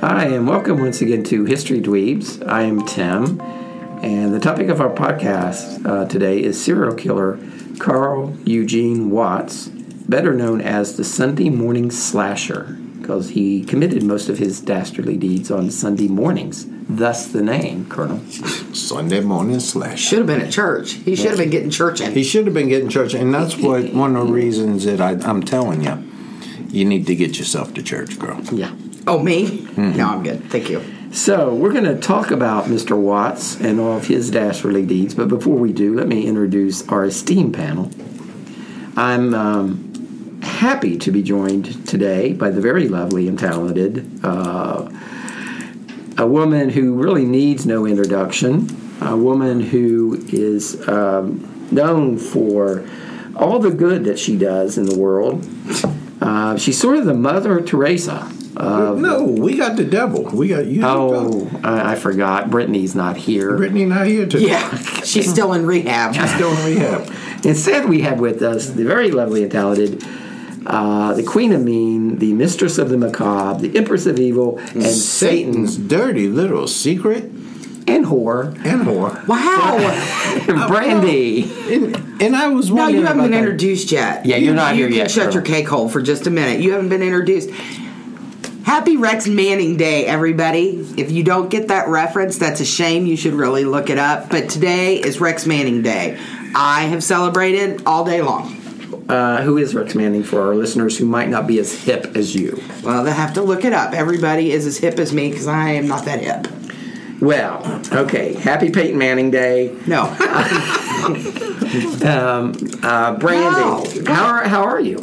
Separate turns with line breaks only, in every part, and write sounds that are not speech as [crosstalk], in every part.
Hi, and welcome once again to History Dweebs. I am Tim, and the topic of our podcast uh, today is serial killer Carl Eugene Watts, better known as the Sunday Morning Slasher, because he committed most of his dastardly deeds on Sunday mornings, thus the name, Colonel.
Sunday morning slash.
Should have been at church. He should have been getting church in.
He should have been getting church, and that's what one of the reasons that I, I'm telling you, you need to get yourself to church, girl.
Yeah.
Oh, me?
Mm-hmm.
No, I'm good. Thank you.
So, we're going to talk about Mr. Watts and all of his dastardly deeds, but before we do, let me introduce our esteemed panel. I'm um, happy to be joined today by the very lovely and talented, uh, a woman who really needs no introduction, a woman who is um, known for all the good that she does in the world. Uh, she's sort of the Mother Teresa
no, we got the devil. We got you.
Oh, I, I forgot. Brittany's not here.
Brittany not here today.
Yeah,
Mm-hmm.
she's still in rehab.
Still in rehab.
Instead, we have with us the very lovely and talented, uh, the Queen of Mean, the Mistress of the Macabre, the Empress of Evil, and Satan's
Satan's dirty little secret
and whore,
and
[laughs]
whore.
Wow.
Brandy.
And, and I was
no,
wondering
you haven't
about
been
that.
introduced yet.
Yeah, you're not
you
here
can
yet,
Shut
girl.
your cake hole for just a minute. You haven't been introduced. Happy Rex Manning Day, everybody. If you don't get that reference, that's a shame. You should really look it up. But today is Rex Manning Day. I have celebrated all day long.
Uh, who is Rex Manning for our listeners who might not be as hip as you?
Well, they have to look it up. Everybody is as hip as me because I am not that hip.
Well, okay. Happy Peyton Manning Day,
No. [laughs]
uh, Brandy.
No.
How are how are you?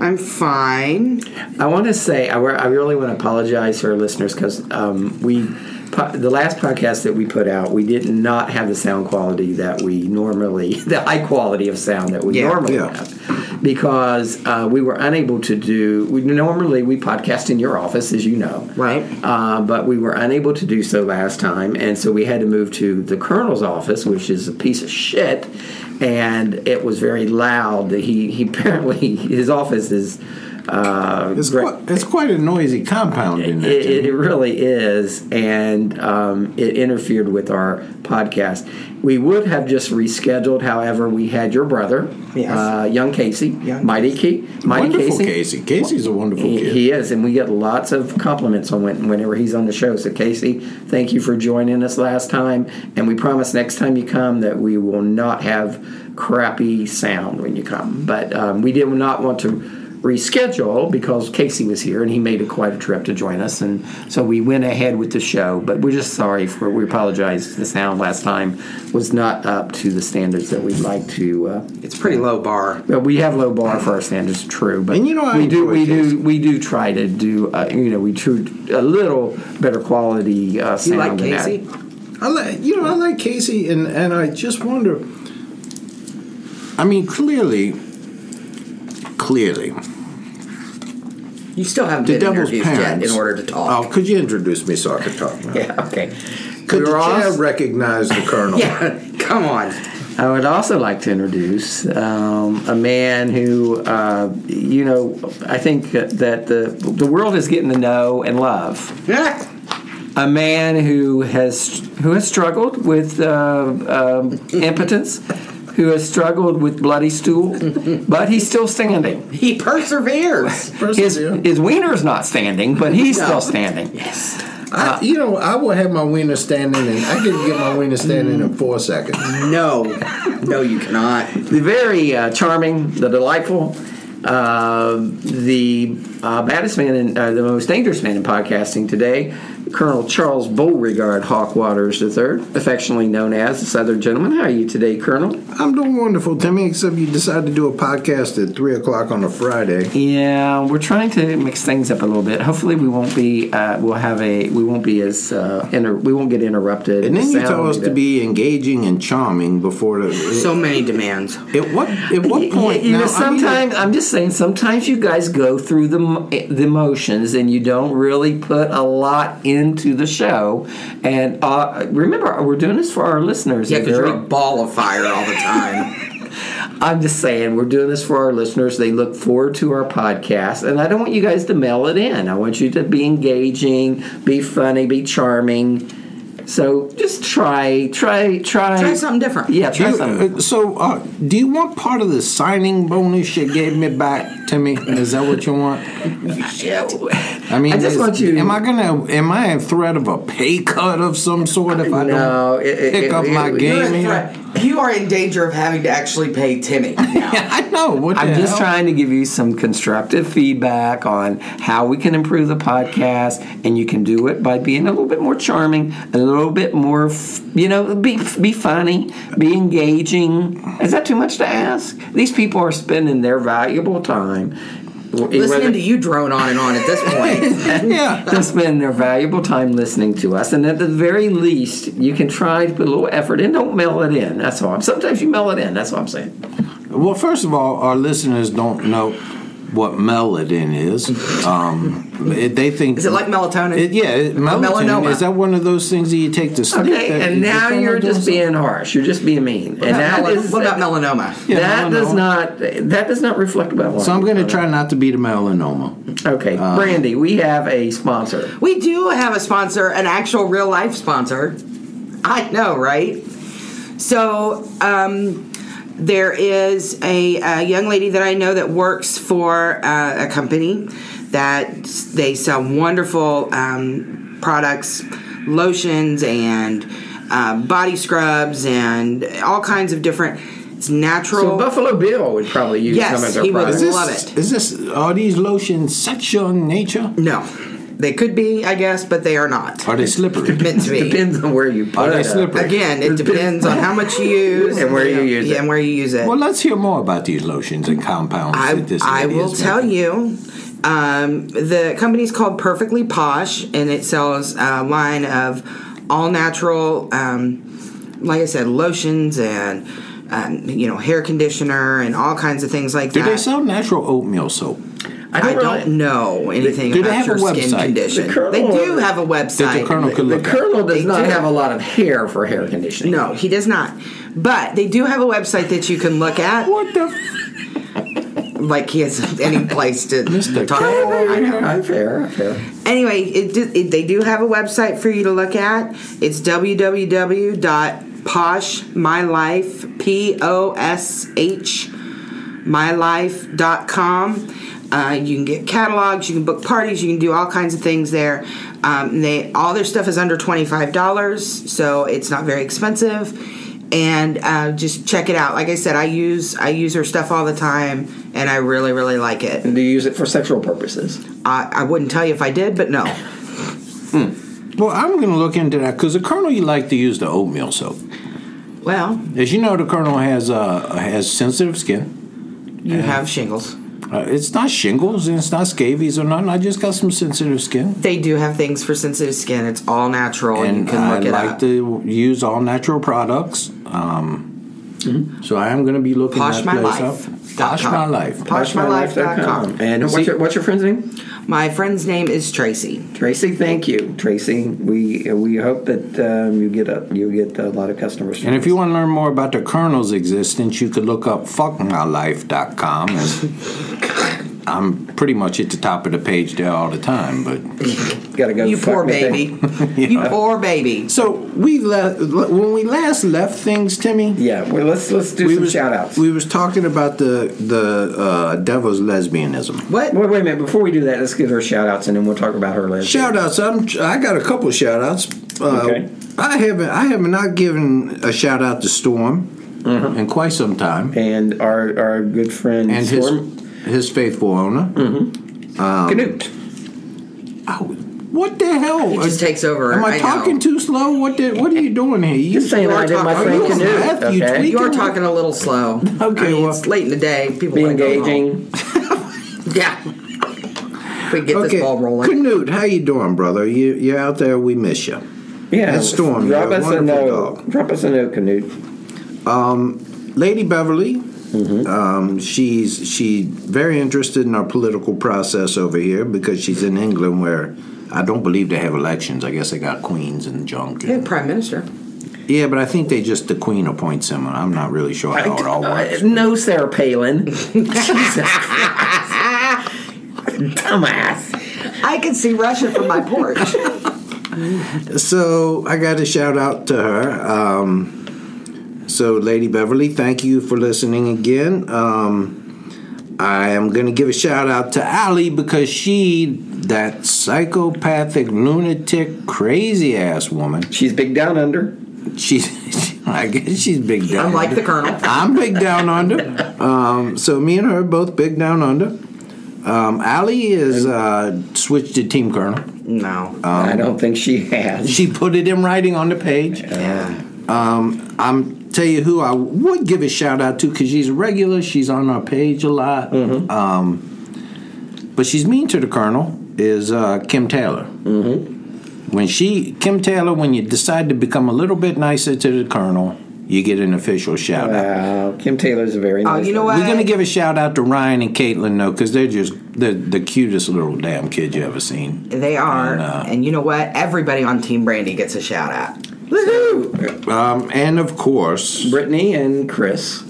I'm fine.
I want to say I, re- I really want to apologize to our listeners because um, we po- the last podcast that we put out we did not have the sound quality that we normally [laughs] the high quality of sound that we
Yeah.
normally
Yeah.
have because uh, we were unable to do we normally we podcast in your office as you know
Right.
uh, but we were unable to do so last time, and so we had to move to the colonel's office, which is a piece of shit. And it was very loud. He he [laughs] apparently his office is. Uh,
It's,
gra-
quite, it's quite a noisy compound in there.
it, it, it really is, and um, it interfered with our podcast. We would have just rescheduled, however, we had your brother,
Yes.
uh, young Casey,
Young
Mighty Key, Mighty
wonderful Casey. Casey's a wonderful
he,
kid.
he is, and we get lots of compliments on when, whenever he's on the show. So, Casey, thank you for joining us last time, and we promise next time you come that we will not have crappy sound when you come. But um, we did not want to reschedule because Casey was here and he made a quite a trip to join us, and so we went ahead with the show. But we're just sorry for we apologize. The sound last time was not up to the standards that we'd like to. Uh,
It's pretty low bar.
well, we have low bar for our standards, true. But
And you know, I
we do,
enjoy
we
kids.
do, we do try to do. Uh, you know, we do a little better quality uh,
You
sound.
like
than that.
Casey?
I like you know I like Casey and and I just wonder. I mean, clearly, clearly,
You still haven't
the
been
devil's
introduced yet
parents.
in order to talk.
Oh, could you introduce me so I could talk? Now?
[laughs] Yeah. Okay.
Could
We
the
were all-
chair recognize the colonel?
[laughs] Yeah, come on. [laughs]
I would also like to introduce um, a man who, uh, you know, I think that the the world is getting to know and love. a
[laughs]
man who has who has struggled with uh, um impotence, who has struggled with bloody stool, but he's still standing.
He perseveres.
His, uh,
Persevere.
his wiener's not standing, but he's
No.
still standing.
I, you know, I will have my wiener standing, and I can get my wiener standing in four seconds.
no, no, you cannot.
The very uh, charming, the delightful, uh, the uh, baddest man, in, uh, the most dangerous man in podcasting today, Colonel Charles Beauregard Hawk Waters III, affectionately known as the Southern Gentleman. How are you today, Colonel?
I'm doing wonderful, Timmy. Except you decided to do a podcast at three o'clock on a Friday.
Yeah, we're trying to mix things up a little bit. Hopefully, we won't be. Uh, we'll have a. We won't be as. Uh, inter- we won't get interrupted.
And then
The
you
sound
tell
will
us to
good.
be engaging and charming before the.
So many demands.
at what at
Y-
what
y- [laughs]
point?
you
now,
know,
I mean,
sometimes I'm just saying. Sometimes you guys go through the mo- eh, the motions, and you don't really put a lot into the show. And uh, remember, we're doing this for our listeners.
Yeah,
They're
because you're
very-
a ball of fire all the time.
I'm just saying, we're doing this for our listeners. They look forward to our podcast, and I don't want you guys to mail it in. I want you to be engaging, be funny, be charming. So just try, try, try,
Try something different.
Yeah, try
you-
something.
uh, so, uh, do you want part of the signing bonus you gave me back, Timmy? Is that what you want? I mean,
I just
is-
want you.
Am I gonna? Am I in threat of a pay cut of some sort if I
No, it-
don't
it-
pick
it-
up
it-
my
You're a
game? here?
threat. You are in danger of having to actually pay Timmy.
Yeah, [laughs] I know. What the
I'm just
hell?
trying to give you some constructive feedback on how we can improve the podcast, and you can do it by being a little bit more charming, a little bit more, f- you know, be be funny, be engaging. Is that too much to ask? These people are spending their valuable time.
Listening to you drone on and on at this
[laughs]
point.
Yeah.
They're spending their valuable time listening to us, and at the very least, you can try to put a little effort in. Don't mail it in. That's all. Sometimes you mail it in. That's all I'm saying.
Well, first of all, our listeners don't know what melodin is. Um, it- they think
Is it like melatonin?
It- yeah, it, melatonin.
melanoma.
Is that one of those things that you take to sleep?
Okay,
that-
and
is
now
that
you're
what
just
those are?
being harsh. You're just being mean, and that
Mel-
is
what about melanoma?
Yeah,
that
melanoma.
does not that does not reflect well. on
So I'm
you.
going to try not to be the melanoma.
Okay, Brandy, we have a sponsor.
We do have a sponsor, an actual real life sponsor. I know, right? So, um, there is a, uh young lady that I know that works for uh, a company that s- they sell wonderful um, products, lotions, and uh, body scrubs, and all kinds of different. It's natural.
So Buffalo Bill would probably use
Yes,
some of their
he would.
products.
Is Love it.
Is this are these lotions sexual in nature?
no, they could be, I guess, but they are not
Are they slippery?
meant to be.
Depends on where you put
Are they
it.
slippery?
Again, it
Depends-
depends on how much
[laughs]
you use
And where you use
yeah,
it.
and where you use it.
Well, let's hear more about these lotions and compounds.
I,
that this
I
lady
will
is
tell
making.
you, um, the company's called Perfectly Posh, and it sells a line of all natural, um, like I said, lotions and um, you know hair conditioner and all kinds of things like
Do
that.
they sell natural oatmeal soap?
I
I
don't, really-
don't know anything
do they
about
have
your
a
skin
website?
condition.
The Colonel-
they do have a
That
website.
the colonel could
The
look at.
Colonel does
They
not
do.
have a lot of hair for hair conditioning.
No, he does not. But they do have a website that you can look at.
What the? F-
like he has any place to
Mr.
talk.
Carroll.
I know.
I'm fair. I'm fair.
Anyway, it, do- it, they do have a website for you to look at. It's www.poshmylife, P O S H, mylife.com. Uh, you can get catalogs, you can book parties, you can do all kinds of things there. Um, they all their stuff is under twenty five dollars, so it's not very expensive. And uh, just check it out. Like I said, I use I use her stuff all the time, and I really really like it.
And do you use it for sexual purposes?
I, I wouldn't tell you if I did, but no.
Well, I'm going to look into that because the colonel you like to use the oatmeal soap.
Well,
As you know, the colonel has uh, has sensitive skin.
you have shingles.
Uh, it's not shingles and it's not scabies or nothing. I just got some sensitive skin,
They do have things for sensitive skin. It's all natural, and,
and
you can
I
look it
like
up.
to use all natural products. Um, So I am going to be looking
Mm-hmm. Posh
that
My
place
Life
up.
dot
Posh
com.
my life.
Poshmylife.com.
And what's your, what's your friend's name?
My friend's name is Tracy.
Tracy, thank you, Tracy. We we hope that um, you get a you get a lot of customers. from
And if you
us.
want to learn more about the colonel's existence, you could look up fuckmylife.com. And [laughs] I'm pretty much at the top of the page there all the time. But
[laughs]
Gotta go.
You
fuck
poor
me thing.
[laughs]
baby. You poor baby.
so we left when we last left things, Timmy.
Yeah. Well, let's let's do
we
some
was,
shout outs.
We was talking about the the uh, devil's lesbianism.
What?
Wait, wait a minute. Before we do that, let's give her shout outs and then we'll talk about her later.
Shout outs. I'm, I got a couple shout outs. Uh,
Okay.
I haven't I have not given a shout out to Storm in quite some time.
Mm-hmm. and our our good friend
And
Storm Mm.
his um, his faithful owner.
Canute.
Oh, what the hell?
He just takes over.
Am I,
I know.
talking too slow? What the, What are you doing here? You
Just saying
you are
I did my
talking-
friend
you are
Canute.
Matthew
Okay.
Tweak.
You are talking a little slow.
Okay,
I mean,
well-
it's late in the day. People
Be
wanna go home.
engaging.
Yeah. If we can get
okay,
this ball rolling.
Canute, how you doing, brother? You you're out there. We miss you.
Yeah.
And Storm,
Drop
you're a
us a
wonderful
note.
dog.
Drop us a note, Canute.
Lady Beverly, um, she's she very interested in our political process over here because she's in England where I don't believe they have elections. I guess they got queens and junk.
Yeah, Prime Minister.
Yeah, but I think they just the queen appoints him. and I'm not really sure how it all works.
Uh, no, Sarah
[laughs]
Palin. Jesus Christ. Dumbass.
I can see Russia from
[laughs]
my porch.
So I got a shout out to her. Um, so Lady Beverly, thank you for listening again. Um, I am going to give a shout out to Allie because she, that psychopathic, lunatic, crazy ass woman,
She's big down under.
she's. [laughs] I guess she's big down.
I'm like the Colonel.
I'm big down under. Um, so me and her are both big down under. Um, Allie is uh, switched to team colonel.
No.
Uh,
I don't think she has.
Um, She put it in writing on the page.
yeah.
Um, I'm tell you who I would give a shout out to because she's a regular. She's on our page a lot. Um, but she's mean to the colonel. Is uh, Kim Taylor? Mm-hmm. When she Kim Taylor, when you decide to become a little bit nicer to the colonel, you get an official shout out.
Wow. Uh, Kim Taylor's a very
Oh,
nice.
you know
lady.
what?
We're gonna give a shout out to Ryan and Caitlin though, because they're just they're the cutest little damn kid you ever seen.
They are.
And, uh,
and you know what? Everybody on Team Brandy gets a shout out.
Woohoo!
Um, and of course,
Brittany and Chris.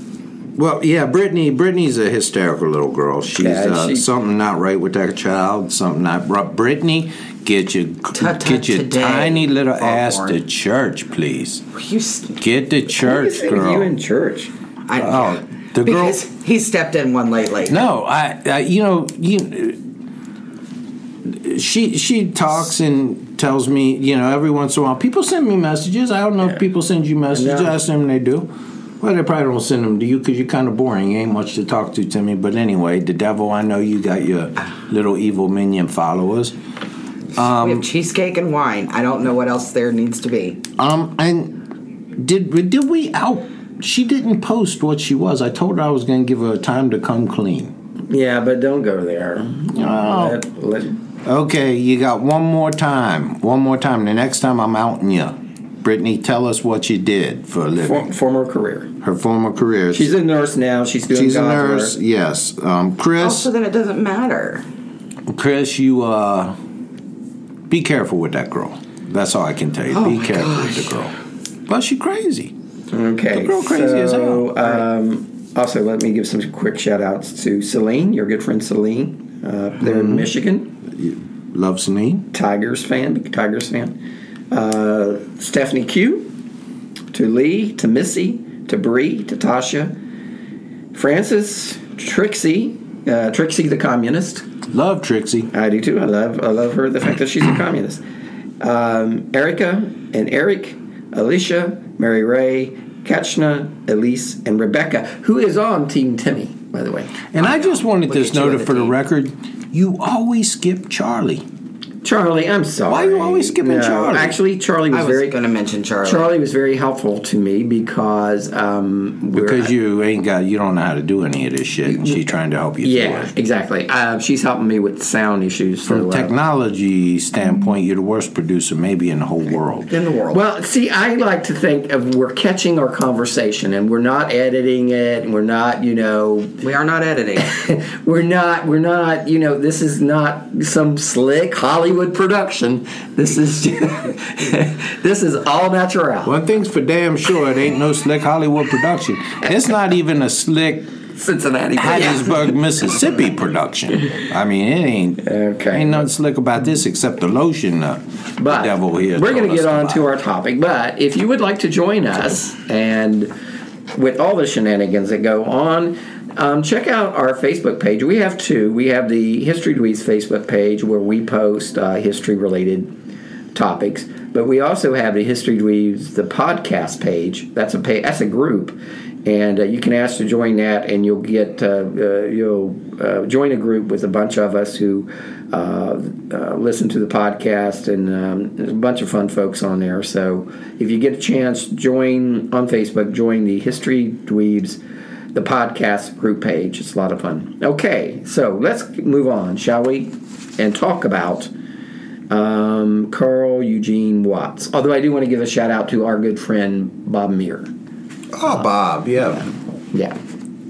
Well, yeah, Brittany. Brittany's a hysterical little girl. She's
Yeah,
uh,
she-
something not right with that child. Something not right. Brittany, get your
Ta-ta
get your
today,
tiny little
Foghorn.
ass to church, please.
You, s-
Get to church,
Who is
girl.
You in church?
I,
oh, the girl.
because he stepped in one lately.
No, I, I. You know, you. She she talks and tells me, you know, every once in a while. People send me messages. I don't know if people send you messages.
No.
I assume they do. Well, they probably don't send them to you because you're kind of boring. You ain't much to talk to, Timmy. But anyway, the devil. I know you got your little evil minion followers.
we have cheesecake and wine. I don't know what else there needs to be.
Um, and did did we out? She didn't post what she was. I told her I was going to give her time to come clean.
Yeah, but don't go there.
Oh.
Let- let-
Okay, you got one more time. One more time. The next time I'm outing you. Brittany, tell us what you did for a
for,
living.
former career.
Her former career.
She's a nurse now. She's doing
She's a
God's
nurse,
work.
yes. Um, Chris,
Also, then it doesn't matter.
Chris, you uh, be careful with that girl. That's all I can tell you. be careful with the girl. But she crazy.
Okay.
The girl crazy as
so,
hell.
um, also, let me give some quick shout outs to Celine, your good friend Celine. Uh, they're
Mm-hmm.
in Michigan.
Love Sanine.
Tigers fan, big Tigers fan. Uh, Stephanie Q, to Lee, to Missy, to Bree, to Tasha, Francis, Trixie, uh, Trixie the communist.
Love Trixie.
I do too. I love I love her. The fact that she's a communist. Um, Erica and Eric, Alicia, Mary Ray, Kachna, Elise, and Rebecca, who is on Team Timmy, by the way.
And I, just wanted
Look
this
at you
noted
and the
for the
team.
record. You always skip Charlie.
Charlie, I'm sorry.
Why are you always skipping Charlie?
Actually, Charlie was,
I was
very
going to mention Charlie.
Charlie was very helpful to me because um, we're-
Because you ain't got, you don't know how to do any of this shit, and she's trying to help you.
yeah,
through it.
exactly. Uh, she's helping me with sound issues.
From
so, uh,
technology standpoint, you're the worst producer maybe in the whole world.
in the world.
Well, see, I like to think of we're catching our conversation and we're not editing it and we're not, you know,
we are not
[laughs]
editing.
we're not we're not, you know, this is not some slick Hollywood production. This is [laughs] this is all natural.
One thing's for damn sure, it ain't no slick Hollywood production. It's not even a slick
[laughs]
Cincinnati.
Hattiesburg, Mississippi production. I mean, it ain't
Okay.
Ain't nothing slick about this except the lotion. Uh,
But
the devil here.
we're going
told
to
us
get on
about.
to our topic. But if you would like to join us and with all the shenanigans that go on, um, check out our Facebook page. We have two. We have the History Dwee's Facebook page where we post uh, history related topics, but we also have the History Dwee's the podcast page. That's a pa That's a group. And uh, you can ask to join that, and you'll get uh, uh, you'll uh, join a group with a bunch of us who uh, uh, listen to the podcast, and um, there's a bunch of fun folks on there. So if you get a chance, join on Facebook, join the History Dweebs, the podcast group page. It's a lot of fun. Okay, so let's move on, shall we? And talk about um, Carl Eugene Watts. Although I do want to give a shout out to our good friend Bob Muir.
Oh, Bob, yeah.
Yeah.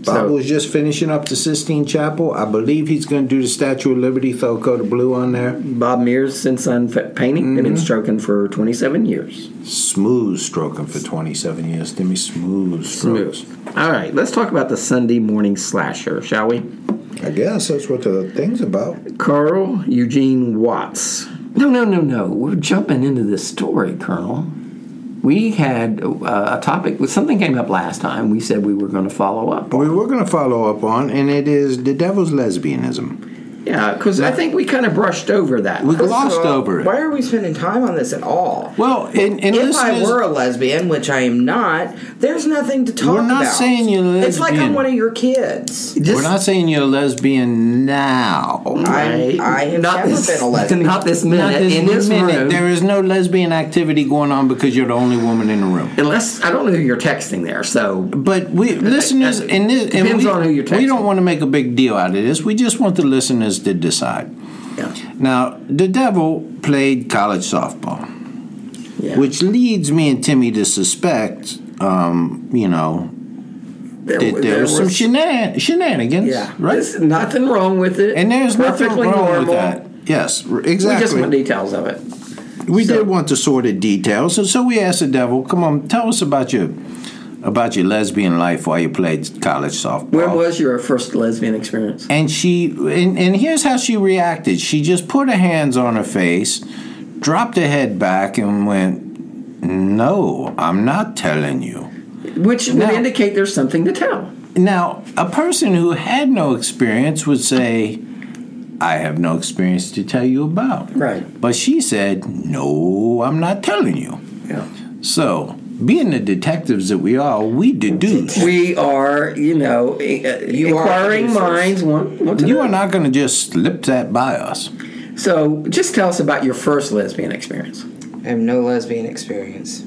Bob
So,
was just finishing up the Sistine Chapel. I believe he's going to do the Statue of Liberty, throw a coat of blue on there.
Bob Muir's since on painting and been stroking for 27 years.
Smooth stroking for 27 years. Give me smooth strokes.
All right, let's talk about the Sunday morning slasher, shall we?
I guess that's what the thing's about.
Carl Eugene Watts.
No, no, no, no. We're jumping into this story, Colonel. We had uh, a topic. Something came up last time. We said we were going to follow up.
We were going to follow up on, and it is the devil's lesbianism.
Yeah, because I think we kind of brushed over that.
We
last-
glossed
So,
over it.
Why are we spending time on this at all?
Well, and, and
if
listeners,
I were a lesbian, which I am not, there's nothing to talk about.
We're not saying you're a
It's like
lesbian.
I'm one of your kids.
we're not saying you're a lesbian now.
I, I have
Not
never
this,
been
[laughs]
a lesbian.
not this minute.
Not this
in this
minute.
room,
There is no lesbian activity going on because you're the only woman in the room.
Unless, I don't know who you're texting there, so.
But we listeners, and this and
Depends
we-
on who you're
We
texting.
don't want to make a big deal out of this. We just want the listeners to decide.
Yeah.
Now, the devil played college softball,
Yeah.
which leads me and Timmy to suspect, um, you know,
there,
that
was-
there, was some shenan- shenanigans,
Yeah,
right?
There's nothing wrong with it.
and there's
perfectly
nothing wrong
normal.
with that. Yes, r-
We just
exactly.
want details of it.
We
So-
did want the sordid details, and so we asked the devil, "Come on, tell us about your about your lesbian life while you played college softball."
When was your first lesbian experience?
and she and, and here's how she reacted. She just put her hands on her face, dropped her head back, and went, "No, I'm not telling you."
Which would
Now-
indicate there's something to tell.
Now, a person who had no experience would say, "I have no experience to tell you about."
Right.
But she said, "No, I'm not telling you."
Yeah.
So, being the detectives that we are, we deduce.
We are, you know, e,
You are
inquiring
producers.
minds want, want to
You
know.
are not going to just slip that by us.
So just tell us about your first lesbian experience.
I have no lesbian experience.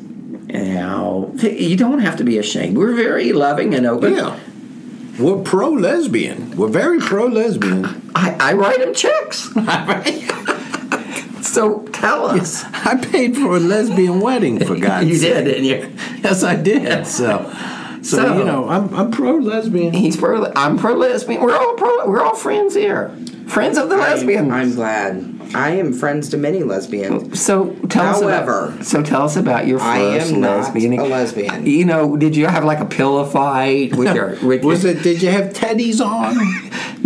Now, th- you don't have to be ashamed. We're very loving and open.
We're pro lesbian. We're very pro lesbian.
I, I write them checks. [laughs] so tell us.
I paid for a lesbian wedding, for
[laughs]
God's
you did,
sake.
didn't you?
Yes, I did. So, so,
So-
you know, I'm, I'm pro lesbian.
He's pro. I'm pro lesbian. We're all pro. We're all friends here. Friends of the lesbian.
I'm glad. I am friends to many lesbians.
So tell us
However,
about, so tell us about your first
I am not
lesbian.
a lesbian.
You know, did you have like a pillow fight with
[laughs]
your with
Was
your,
it, did you have teddies
[laughs]
on?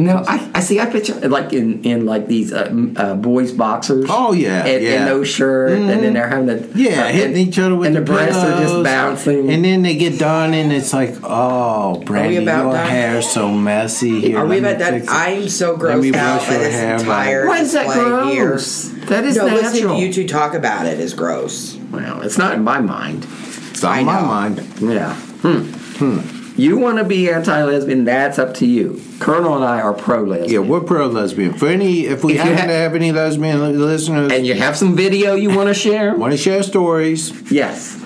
No, I, I see. I picture like in in like these uh, m- uh, boys boxers.
Oh, yeah,
and,
yeah. Mm-hmm.
and no shirt, and then they're having the
Yeah, hitting each other with
and
the,
the breasts are just
pillows.
bouncing.
And then they get done, and it's like, oh, Brandy,
about
your
done?
hair's so messy. Here,
Are
let
we
me
about that?
fix it.
I am so
Let
grossed
me
out
brush
by
your
this
hair back.
entire
Why is that
display here.
gross? That is
no, listening
natural.
to you two talk about it is gross.
well, it's not in my mind.
It's on
I
my
know.
mind.
Yeah. Hmm.
Hmm.
You want to be anti-lesbian? That's up to you. Colonel and I are pro-lesbian.
Yeah, we're pro lesbian. For any, if we
If you
happen
ha-
to have any lesbian li- listeners,
and you have some video you want to
[laughs]
share?
want to share stories,
yes,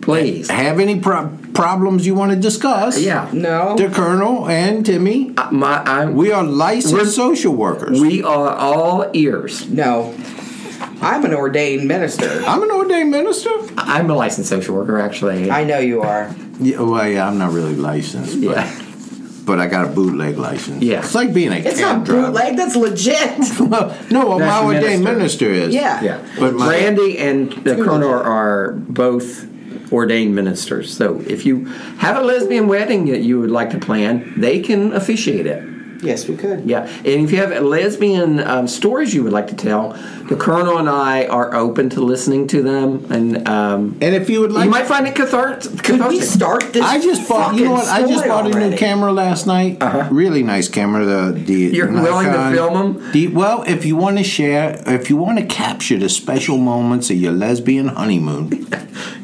please.
have any pro- problems you want to discuss,
Yeah.
No.
the Colonel and Timmy,
Uh, My, I, we,
we are licensed
We're-
social workers.
we are all ears.
No. I'm an ordained minister.
I'm an ordained minister.
I'm a licensed social worker, actually.
I know you are.
Yeah, well, yeah, I'm not really licensed, but,
yeah.
but I got a bootleg license.
Yeah.
it's like being a
It's
cab
not
driver.
bootleg, that's legit.
Well, no, well, my
That's
ordained
minister.
minister is.
Yeah.
Yeah,
But my-
Randy and the Colonel are both ordained ministers. So if you have a lesbian wedding that you would like to plan, they can officiate it.
[laughs] Yes, we could.
Yeah, and if you have lesbian um, stories you would like to tell, the Colonel and I are open to listening to them, and um,
And if you would like,
you might find it cathartic.
Could we start this?
I just bought. You know what? I just
fucking
bought a
story
new camera last night. Really nice camera. The, the
Uh-huh. You're willing to
Nikon.
film 'em?
The- well, if you want to share, if you want to capture the special moments of your lesbian honeymoon,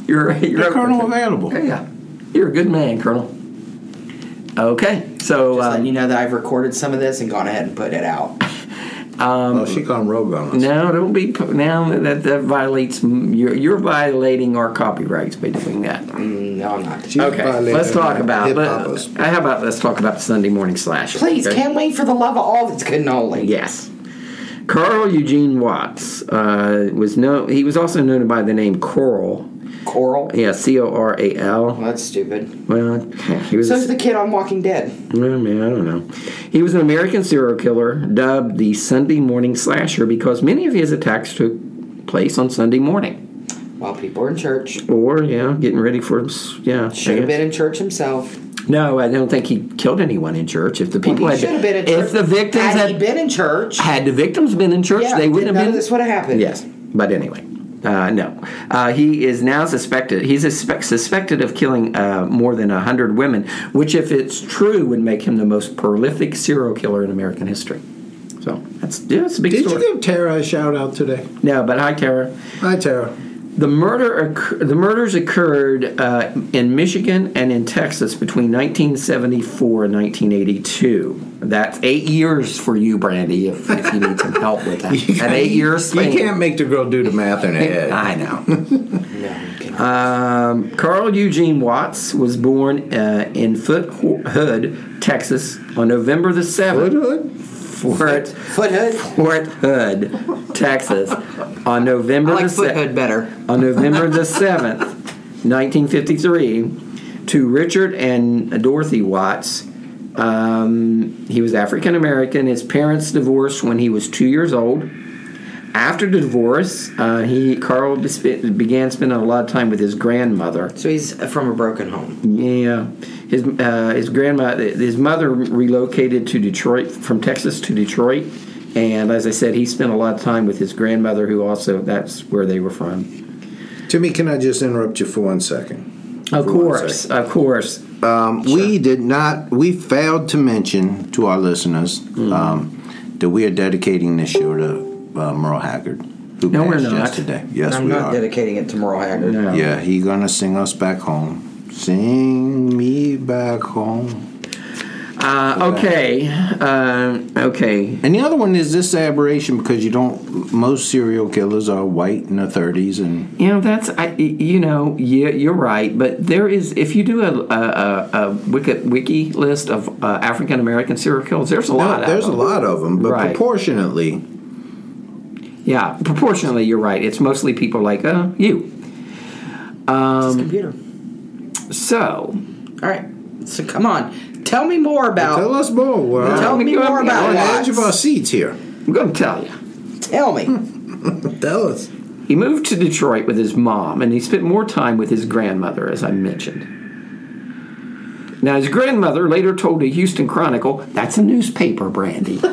You're, you're
the
open
Colonel
to-
available.
Yeah, yeah, you're a good man, Colonel. Okay, so
Just
um,
letting you know that I've recorded some of this and gone ahead and put it out.
Um,
oh, she gone rogue on us.
No, don't be. p- Now that that violates you're, you're violating our copyrights by doing that.
No, I'm not.
She's
Okay,
violating
let's talk
my
about.
hip
Let,
hoppers.
how about let's talk about Sunday morning slash.
Please, can't wait for the love of all that's cannoli.
Yes. Carl Eugene Watts uh, was no. He was also known by the name Coral.
Coral.
Yeah, C O R A L.
Well, that's stupid.
Well, he was. a-
So's the kid on Walking Dead.
I mean, I don't know. He was an American serial killer dubbed the Sunday Morning Slasher because many of his attacks took place on Sunday morning.
While people are in church.
Or yeah, getting ready for s- yeah. I
Should
guess.
have been in church himself.
No, I don't think he killed anyone in church. If the people
Well, he should
had,
have been in church.
if the victims
had,
had
he been in church,
had the victims been in church,
Yeah,
they
then
wouldn't have
none
been.
of this would have happened.
Yes, but anyway, uh, no. Uh, he is now suspected. He's suspe- suspected of killing uh, more than hundred women, which, if it's true, would make him the most prolific serial killer in American history. So that's yeah, that's a big
Did
story.
you give Tara a shout out today?
no, but hi, Tara.
Hi, Tara.
The murder, occur- the murders occurred uh, in Michigan and in Texas between 1974 and 1982. That's eight years for you, Brandy, if, if you need some help with
[laughs]
that. An eight year span.
You can't make the girl do the math in her head.
I
[laughs]
know. um, Carl Eugene Watts was born uh, in Foot Ho- Hood, Texas, on November the 7th.
Hood, hood.
Fort,
Foot Hood.
Fort Hood, Texas, on November
I like
the
Foot
7th
Hood better.
on November the 7th, 1953, to Richard and Dorothy Watts. Um, he was African American. His parents divorced when he was two years old. After the divorce, uh, he Carl besp- began spending a lot of time with his grandmother.
So he's from a broken home.
Yeah, his uh, his grandmother, his mother relocated to Detroit from Texas to Detroit, and as I said, he spent a lot of time with his grandmother, who also that's where they were from.
Timmy, can I just interrupt you for one second?
Of
For one
course,
second.
of course.
Um, We did not. We failed to mention to our listeners
Hmm.
um, that we are dedicating this show to uh, Merle Haggard, who
No, we're
passed
not.
yesterday. Yes,
I'm
we
not
are.
dedicating it to Merle Haggard.
No.
Yeah, he gonna sing us back home. Sing me back home.
Uh, okay, uh, okay.
And the other one is this aberration because you don't. Most serial killers are white in their thirties, and
You know that's I, you know yeah, you're right, but there is if you do a a, a, a wiki, wiki list of uh, African American serial killers, there's a lot.
no, there's
of
a
them.
lot of them. But
Right.
proportionately,
Yeah, proportionally, you're right. It's mostly people like uh, you.
It's computer.
So
All right. So come on. Tell me more about.
tell us more. Well,
Tell me more
we're
about
on the
Watts.
edge of our seats here.
I'm going to tell you.
Tell me.
[laughs]
Tell us.
He moved to Detroit with his mom, and he spent more time with his grandmother, as I mentioned. Now, his grandmother later told the Houston Chronicle, that's a newspaper, Brandy, [laughs]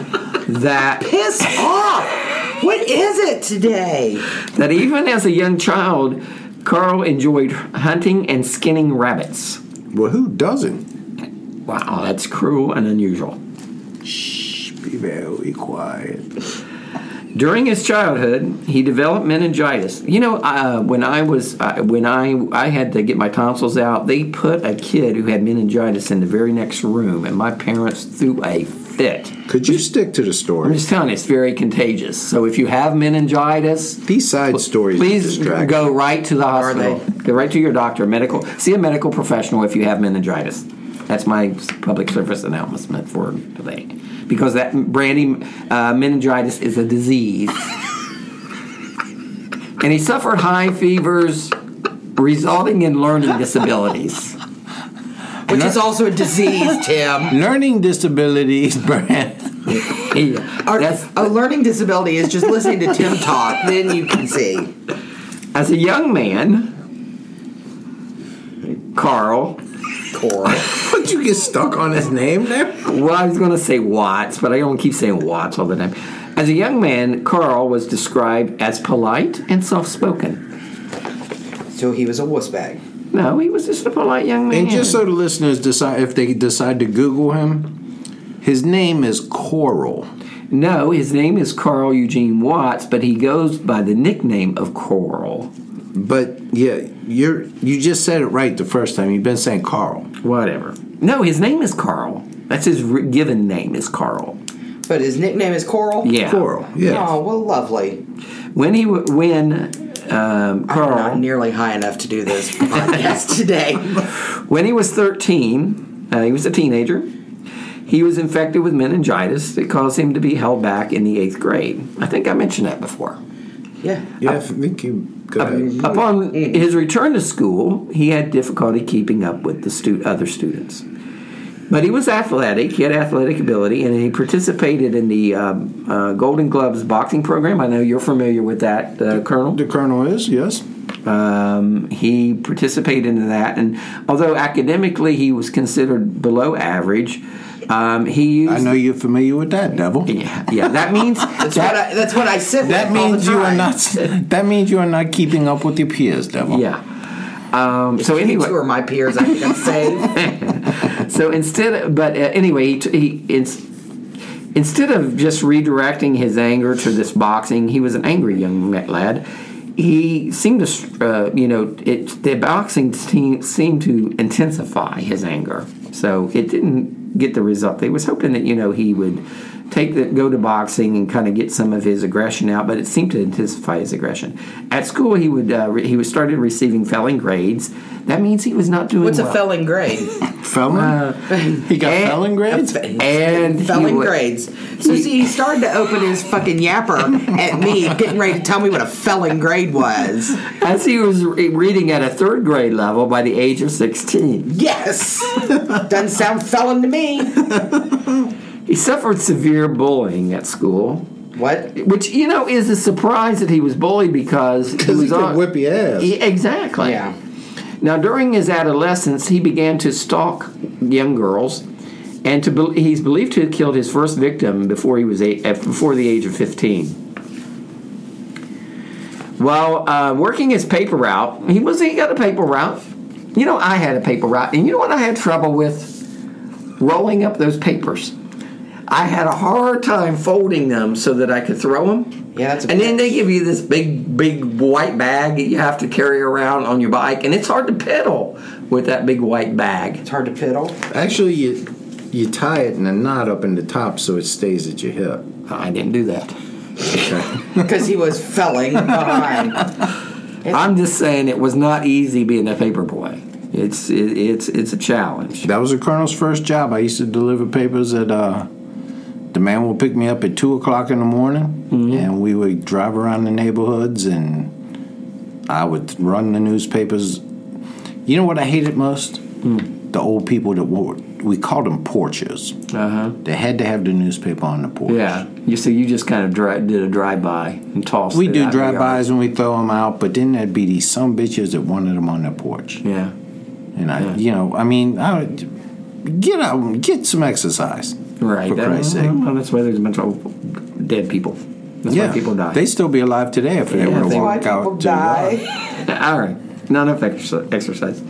that,
Piss off. What is it today?
that even as a young child, Carl enjoyed hunting and skinning rabbits.
Well, who doesn't?
Wow, that's cruel and unusual.
Shh, be very quiet.
During his childhood, he developed meningitis. You know, uh, when I was uh, when I I had to get my tonsils out, they put a kid who had meningitis in the very next room, and my parents threw a fit.
Could you stick to the
I'm
story?
just telling you, it's very contagious. So if you have meningitis,
These side stories
please
distract.
go right to the hospital.
they?
Go right to your doctor, medical. See a medical professional if you have meningitis. That's my public service announcement for today, because that Brandy uh, meningitis is a disease, and he suffered high fevers, resulting in learning disabilities.
Which is also a disease, Tim.
Learning disabilities, Brand. [laughs]
He-
Our-
that's-
a learning disability is just listening to Tim talk. Then you can see.
as a young man, Carl.
Coral.
Would you get stuck on his name there?
Well, I was going to say Watts, but I don't keep saying Watts all the time. As a young man, Carl was described as polite and soft spoken.
So he was a wussbag.
No, he was just a polite young man.
And just so the listeners decide if they decide to Google him, his name is Coral.
No, his name is Carl Eugene Watts, but he goes by the nickname of Coral.
But yeah, you're you just said it right the first time. You've been saying Carl.
Whatever. No, his name is Carl. That's his r- given name is Carl.
But his nickname is Coral?
Yeah.
Coral. Yeah.
Oh, well, lovely.
When he w- when um,
I'm not
Carl
nearly high enough to
[laughs]
do this podcast today.
when he was 13, uh, he was a teenager. He was infected with meningitis that caused him to be held back in the eighth grade. I think I mentioned that before.
Yeah.
Yeah, I think you go ahead.
Upon his return to school, he had difficulty keeping up with the stu- other students. But he was athletic, he had athletic ability, and he participated in the um, uh, Golden Gloves boxing program. I know you're familiar with that, uh, Colonel.
The Colonel is, yes.
Um, he participated in that, and although academically he was considered below average, um, he used.
I know you're familiar with that, devil.
Yeah, yeah, that means
That's, what, I, that's what I said.
That means you are not that means you are not keeping up with your peers, devil.
yeah. Um, so anyway,
Two are my peers, I
[laughs]
can say.
So instead, but uh, anyway, he, t- he ins- instead of just redirecting his anger to this boxing, he was an angry young ma- lad. He seemed to, s- uh, you know, it the boxing team seemed to intensify his anger. So it didn't get the result they was hoping that you know he would take the go to boxing and kind of get some of his aggression out, but it seemed to intensify his aggression. At school, he would uh, re- he was started receiving failing grades. That means he was not doing
What's
well.
a felling grade?
Felon? he got
and-
felon
[laughs]
grades?
and he
[laughs] felling
wa-
grades. So see, he started to open his fucking yapper at me, getting ready to tell me what a felling grade was.
As he was re- reading at a third grade level by the age of 16, [laughs]
Yes, doesn't sound felon to me.
he suffered severe bullying at school,
What?
which, you know, is a surprise that he was bullied because he
Because
was
he could
on-
whip your ass.
E- Exactly.
Yeah.
Now, during his adolescence, he began to stalk young girls, and to bel he's believed to have killed his first victim before he was eight, uh, before the age of fifteen. While uh, working his paper route, he was he got a paper route. You know, I had a paper route, and you know what I had trouble with? Rolling up those papers. I had a hard time folding them so that I could throw them.
Yeah, that's a
and then they give you this big, big white bag that you have to carry around on your bike, and it's hard to pedal with that big white bag.
It's hard to piddle.
Actually you you tie it in a knot up in the top so it stays at your hip.
I didn't do that.
because he was felling behind.
I'm just saying it was not easy being a paper boy. It's it, it's it's a challenge.
That was the colonel's first job. I used to deliver papers at. Uh, the man would pick me up at two o'clock in the morning,
Mm-hmm.
and we would drive around the neighborhoods, and I would run the newspapers. You know what I hated most?
Hmm.
The old people that wore. We called them porches.
Uh huh.
They had to have the newspaper on the porch.
Yeah. You so you just kind of dri- did a drive by and tossed.
We
it
do
out in the
drive
yard.
bys and we throw them out, but then there'd be these some bitches that wanted them on their porch.
Yeah.
And I, you know, I mean, I would, get out, and get some exercise.
Right.
For
That-
Christ's sake.
Well, that's why there's a bunch of dead people. That's why people die.
They'd still be alive today if they
Yeah,
were to
that's
Why
walk
people
out to die.
[laughs]
[laughs]
die?
All right, not enough exer- exercise.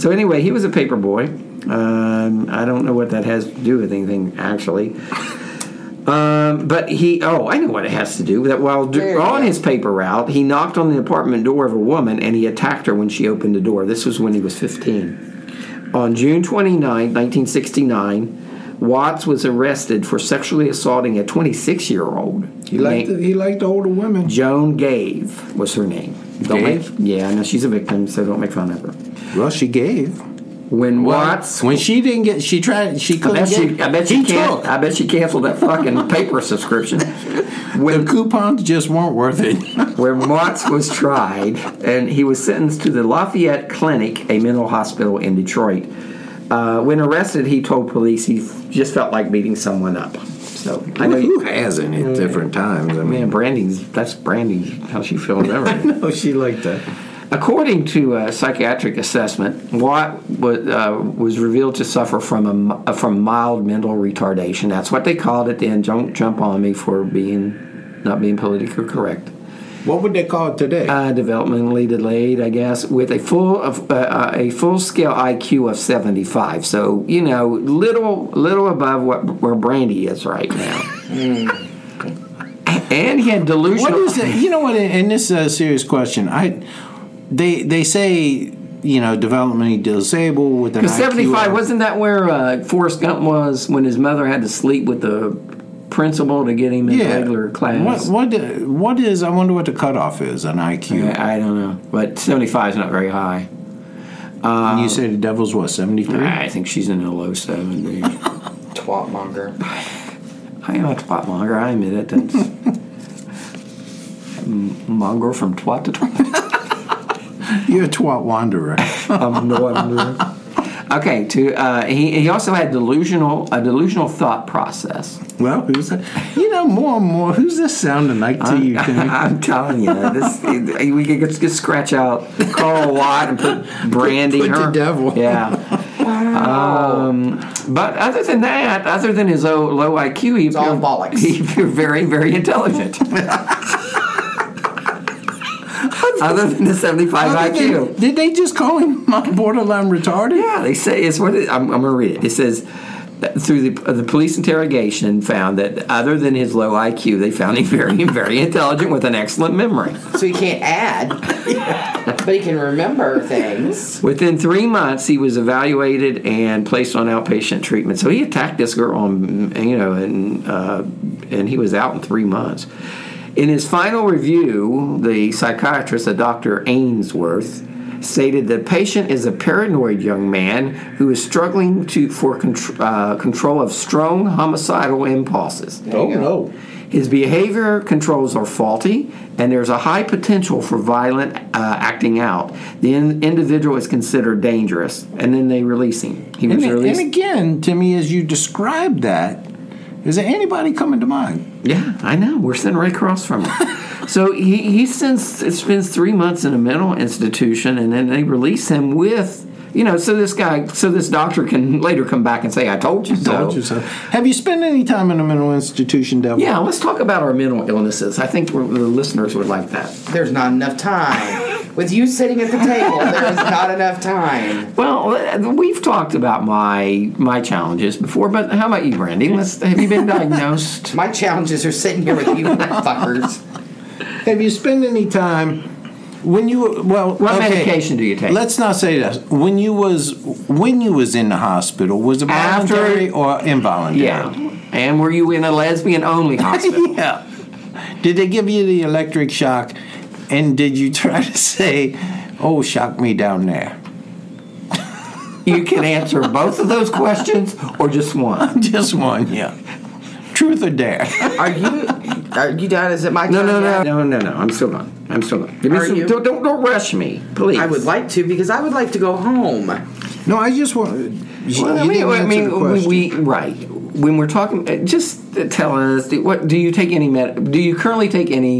So anyway, he was a paper boy. Um, I don't know what that has to do with anything actually. Um, but he, oh, I know what it has to do. That while d-
There you
on
go.
his paper route, he knocked on the apartment door of a woman and he attacked her when she opened the door. This was when he was 15. On June 29, 1969, Watts was arrested for sexually assaulting a 26 year old.
He liked he liked older women.
Joan Gave was her name. Don't
Gave?
make yeah, I know she's a victim, so don't make fun of her.
Well, she gave.
When Watts,
When she didn't get, she tried. She
I
couldn't
bet she,
get.
I bet she
he
can't,
took.
I bet she canceled that fucking paper
[laughs]
subscription.
The coupons just weren't worth it.
When Watts was tried, and he was sentenced to the Lafayette Clinic, a mental hospital in Detroit. Uh, when arrested, he told police he just felt like beating someone up. So I know
[laughs] Who
you.
hasn't at different times? I
Man,
mean, [laughs]
Brandy's that's Brandy. How she feels everything.
no, she liked that.
According to a psychiatric assessment, Watt was, uh, was revealed to suffer from a mi- uh, from mild mental retardation. That's what they called it then. Don't jump on me for being not being politically correct.
What would they call it today?
Uh, developmentally delayed, I guess, with a full of, uh, uh, a full scale IQ of seventy five. So you know, little little above what where Brandy is right now. And he had
Hmm. What
delusional.
is it? You know what? And this is a serious question. I they they say you know developmentally disabled with an
Because
IQ
seventy five
of-
wasn't that where uh, Forrest Gump was when his mother had to sleep with the principal to get him in regular class?
What what what is? I wonder what the cutoff is on IQ.
I I don't know, but seventy five is not very high.
And
um,
you say the devil's what seventy three?
I think she's in the low seventies.
Twatmonger.
I am a twat monger. I admit it. That's [laughs] M- mongrel from twat to twat.
You're a twat wanderer.
I'm no wonder. Okay. To uh, he, he also had delusional a delusional thought process.
well, who's that? You know more and more. Who's this sounding like to you?
[laughs]
Timmy?
I'm telling you, this we could just, just scratch out Carl Watt and put Brandy.
[laughs] Put the
her-
devil. [laughs]
Yeah. Um, but other than that, other than his low, low IQ, he
all
appeared,
bollocks.
[laughs] he appeared very, very
[laughs]
intelligent. other than the 75
Other than-
IQ.
did they just call him [laughs] borderline retarded?
Yeah, they say it's what it, I'm, I'm going to read it. It says uh, through the, uh, the police interrogation found that other than his low IQ, they found him [laughs] very, very intelligent with an excellent memory.
So he can't add, but he can remember things.
Within three months, he was evaluated and placed on outpatient treatment. So he attacked this girl on, you know, and uh, and he was out in three months. In his final review, the psychiatrist, a Dr. Ainsworth, stated the patient is a paranoid young man who is struggling to for contr uh, control of strong homicidal impulses.
Oh no.
His behavior controls are faulty, and there's a high potential for violent uh, acting out. The in- individual is considered dangerous, and then they release him. He was
And, and
released.
again, Timmy, as you described that, is there anybody coming to mind?
yeah, I know. We're sitting right across from
[laughs]
him. so he, he sends, spends three months in a mental institution, and then they release him with. You know, so this guy, so this doctor can later come back and say, "I told you so."
Told you so. Have you spent any time in a mental institution, Devil?
Yeah, let's talk about our mental illnesses. I think we're, the listeners would like that.
There's not enough time. With you sitting at the table, there is not enough time.
Well, we've talked about my my challenges before, but how about you, Brandy? Let's, have you been diagnosed?
My challenges are sitting here with you fuckers.
Have you spent any time when you well?
What medication do you take?
Let's not say this. When you was when you was in the hospital, was it
After-
voluntary or involuntary?
yeah. And were you in a lesbian only hospital?
[laughs] yeah. Did they give you the electric shock, and did you try to say, "Oh, shock me down there"? [laughs]
you can answer both of those questions or just one.
Just one, yeah. Truth or
[laughs]
dare?
Are you are you done? Is it my
No,
time
no, no,
yet?
no, no, no. I'm still on. I'm still on. Give me
Are
some-
you-
Don't, don't don't rush me, please.
I would like to because I would like to go home.
no, I just want. You,
Well, I
you
mean,
didn't
I
answer the
mean
question.
we, right. When we're talking, uh, just tell us. do- What do you take any med? Do you currently take any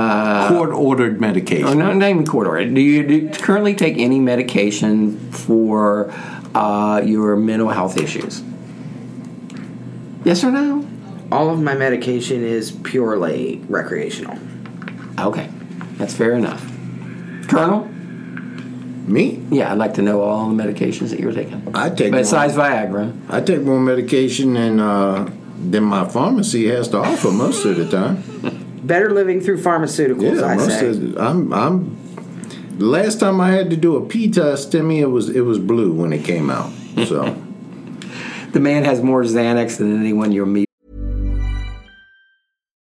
uh,
court ordered medication.
Oh, no, not even court order. Do you do, currently take any medication for uh, your mental health issues? Yes or no?
All of my medication is purely recreational.
Okay, that's fair enough. Colonel?
Me,
Yeah, I'd like to know all the medications that you're taking.
I take
Besides Viagra.
I take more medication than uh, than my pharmacy has to offer most of the time.
Better living through pharmaceuticals,
Yeah,
I
most
say.
of the- I'm I'm. the Last time I had to do a P test, Timmy, it was it was blue when it came out.
[laughs]
So
The man has more Xanax than anyone you'll meet.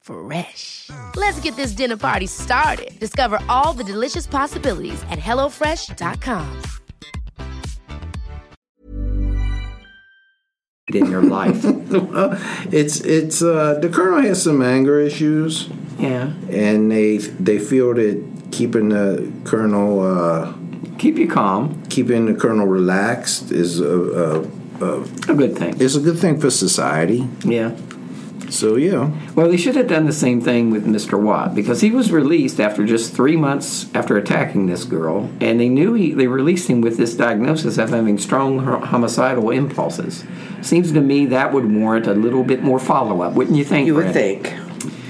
Fresh. Let's get this dinner party started. Discover all the delicious possibilities at hellofresh.com.
in your life.
It's it's uh, the colonel has some anger issues,
[laughs] yeah.
and they they feel that keeping the colonel uh,
Keep you calm.
keeping the colonel relaxed is a, a, a
A good thing.
it's a good thing for society.
Yeah.
So yeah,
Well, they should have done the same thing with Mr. Watt because he was released after just three months after attacking this girl, and they knew he, they released him with this diagnosis of having strong ho- homicidal impulses. Seems to me that would warrant a little bit more follow up, wouldn't you think?
You would
Brad?
think.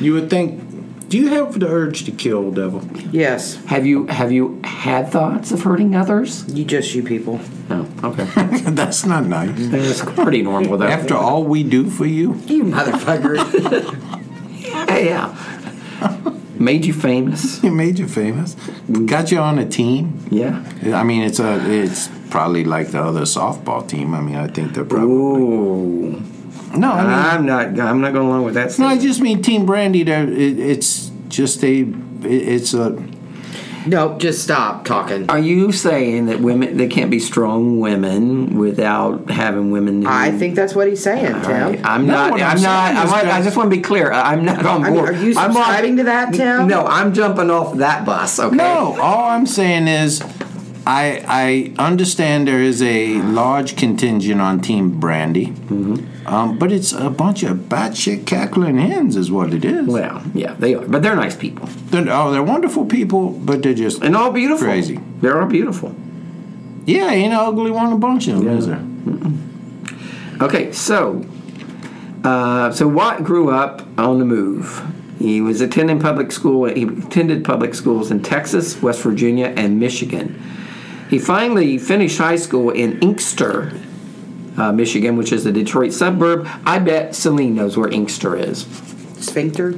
you would think. Do you have the urge to kill, devil?
Yes.
Have you have you had thoughts of hurting others?
You just you people.
No. [laughs] Okay.
[laughs] That's not nice.
That's pretty normal. Though.
After all we do for you, [laughs]
You motherfucker.
yeah. Made you famous.
you made you famous, got you on a team.
Yeah.
I mean, it's a it's probably like the other softball team. I mean, I think they're probably
Ooh.
no. I mean,
I'm not. I'm not going along with that.
no, I
statement.
just mean Team Brandy. There, it, it's just a it, it's a
Nope, just stop talking.
Are you saying that women they can't be strong women without having women? who-
I think that's what he's saying, Tim.
All right. I'm
No,
not.
what
I'm,
I'm
not.
saying
I
is
want, I
just-
just want to be clear. I- I'm not on
I mean,
board.
are you
I'm on-
subscribing to that, Tim?
No, I'm jumping off that bus. Okay.
no. All I'm saying is, I I understand there is a large contingent on Team Brandy,
Mm-hmm.
um, but it's a bunch of batshit cackling hens, is what it is.
Well, yeah, they are, but they're nice people
They're, oh, they're wonderful people, but they're just
and all beautiful.
Crazy.
They're all beautiful.
yeah, ain't an ugly one a bunch of them, is there?
Okay, so uh, so Watt grew up on the move. He was attending public school. He attended public schools in Texas, West Virginia, and Michigan. He finally finished high school in Inkster, uh, Michigan, which is a Detroit suburb. I bet Celine knows where Inkster is.
Sphincter?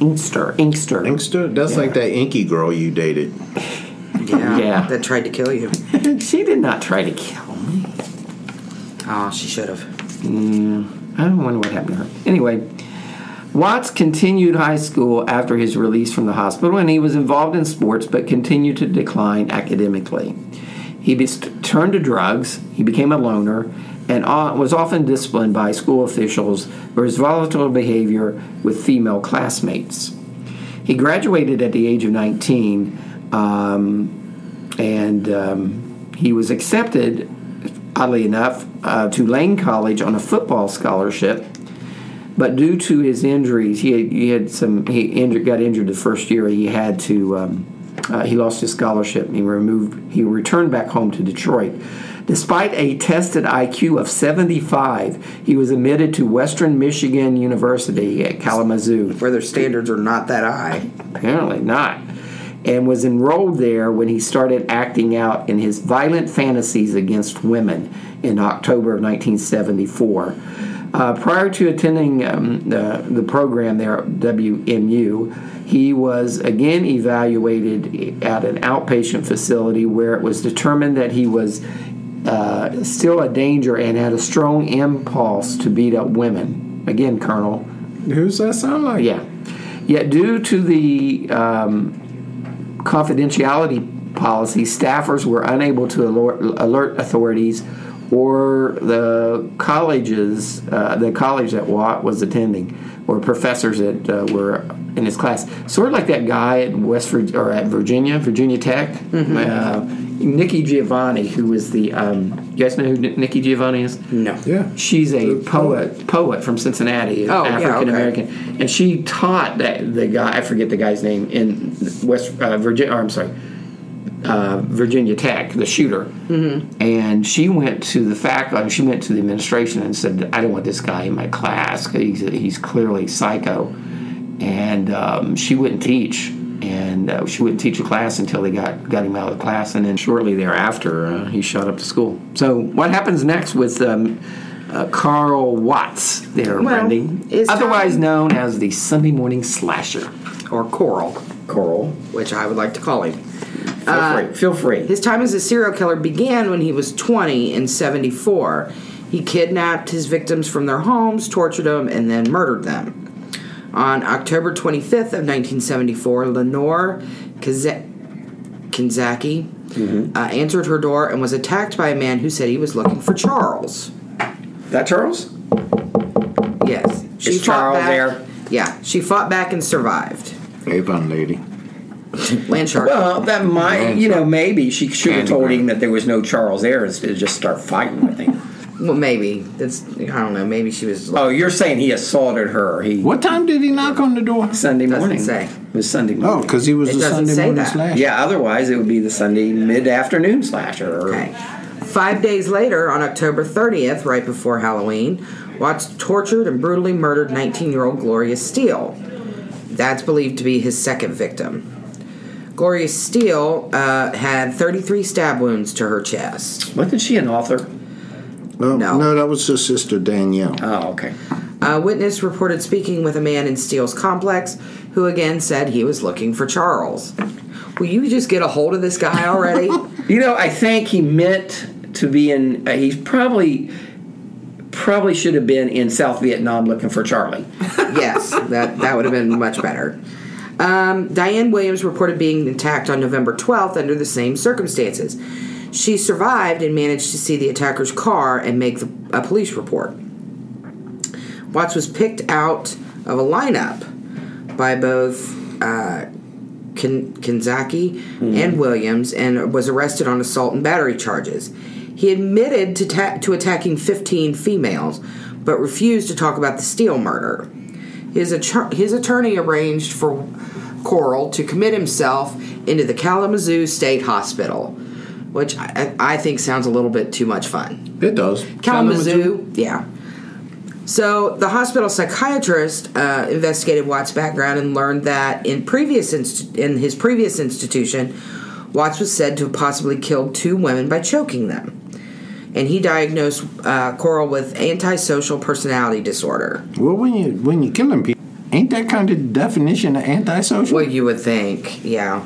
Inkster, Inkster.
Inkster, that's like that inky girl you dated.
Yeah.
Yeah.
That tried to kill you.
She did not try to kill me.
Oh, she should have.
I don't wonder what happened to her. Anyway, Watts continued high school after his release from the hospital, and he was involved in sports but continued to decline academically. He be- turned to drugs, he became a loner, and o- was often disciplined by school officials for his volatile behavior with female classmates. He graduated at the age of 19, um, and um, he was accepted, oddly enough, uh, to Lane College on a football scholarship. But due to his injuries, he had, he had some he injured, got injured the first year. He had to um, uh, he lost his scholarship. He removed he returned back home to Detroit. Despite a tested IQ of 75, he was admitted to Western Michigan University at Kalamazoo.
Where their standards are not that high.
Apparently not. And was enrolled there when he started acting out in his violent fantasies against women in October of 1974. Uh, prior to attending um, the, the program there at WMU, he was again evaluated at an outpatient facility where it was determined that he was uh, still a danger and had a strong impulse to beat up women. Again, Colonel,
Who's that sound like?
Oh, yeah. Yet, due to the um, confidentiality policy, staffers were unable to alert, alert authorities or the colleges, uh, the college that Watt was attending, or professors that uh, were in his class. Sort of like that guy at West Vir- or at Virginia, Virginia Tech, uh, Nikki Giovanni, who was the. Um, you guys know who Ni- Nikki Giovanni is?
No.
Yeah.
She's a poet, poet from Cincinnati,
Oh, yeah, okay.
African American, and she taught that the guy I forget the guy's name in West uh, Virginia. Or I'm sorry, uh, Virginia Tech, the shooter,
Mm-hmm.
and she went to the faculty. She went to the administration and said, "I don't want this guy in my class. 'cause He's he's clearly psycho," and um, she wouldn't teach. And uh, she wouldn't teach a class until they got, got him out of the class, and then shortly thereafter, uh, he shot up the school. So, what happens next with um, uh, Carl Watts there,
Well,
Brandy.
it's
Otherwise
time-
known as the Sunday Morning Slasher.
or coral, coral.
which I would like to call him. Uh,
Feel free. Feel free.
His time as a serial killer began when he was 20 in 74. He kidnapped his victims from their homes, tortured them, and then murdered them. On October 25th of 1974, Lenore Kaza- Kanzaki
Mm-hmm.
uh, answered her door and was attacked by a man who said he was looking for Charles.
that Charles?
Yes.
Is Charles
back.
there?
Yeah. She fought back and survived.
Avon lady.
Land shark.
Well, that might. You know, maybe she should have
Andy
told
Grant.
him that there was no Charles there instead of just start fighting with him.
Well, maybe. That's, I don't know. Maybe she was.
Oh, you're saying he assaulted her? He
What time did he knock on the door?
Sunday
Doesn't
morning.
say.
It was Sunday
Oh,
morning.
because he was
It
the
doesn't
Sunday
say
morning
that.
slash.
Yeah, otherwise it would be the Sunday mid-afternoon slasher. Or,
Okay. Five days later, on October 30th, right before Halloween, Watts tortured and brutally murdered 19 year old Gloria Steele. That's believed to be his second victim. Gloria Steele uh, had 33 stab wounds to her chest.
Wasn't she an author?
Oh,
No. Uh,
no. that was his sister Danielle.
Oh, okay.
A witness reported speaking with a man in Steele's complex who again said he was looking for Charles. Will you just get a hold of this guy already?
You know, I think he meant to be in. Uh, he's probably probably should have been in South Vietnam looking for Charlie.
yes, that that would have been much better. Um, Diane Williams reported being attacked on November 12th under the same circumstances. She survived and managed to see the attacker's car and make the, a police report. Watts was picked out of a lineup by both uh, Kin- Kinzaki and Williams and was arrested on assault and battery charges. He admitted to, ta- to attacking 15 females, but refused to talk about the Steele murder. His, attor- his attorney arranged for Coral to commit himself into the Kalamazoo State Hospital, which I, I I think sounds a little bit too much fun.
It does.
Kalamazoo. Yeah. So the hospital psychiatrist uh, investigated Watts' background and learned that in previous inst- in his previous institution, Watts was said to have possibly killed two women by choking them, and he diagnosed uh, Coral with antisocial personality disorder.
Well, when you when you killing people, ain't that kind of definition of antisocial?
Well, you would think, yeah.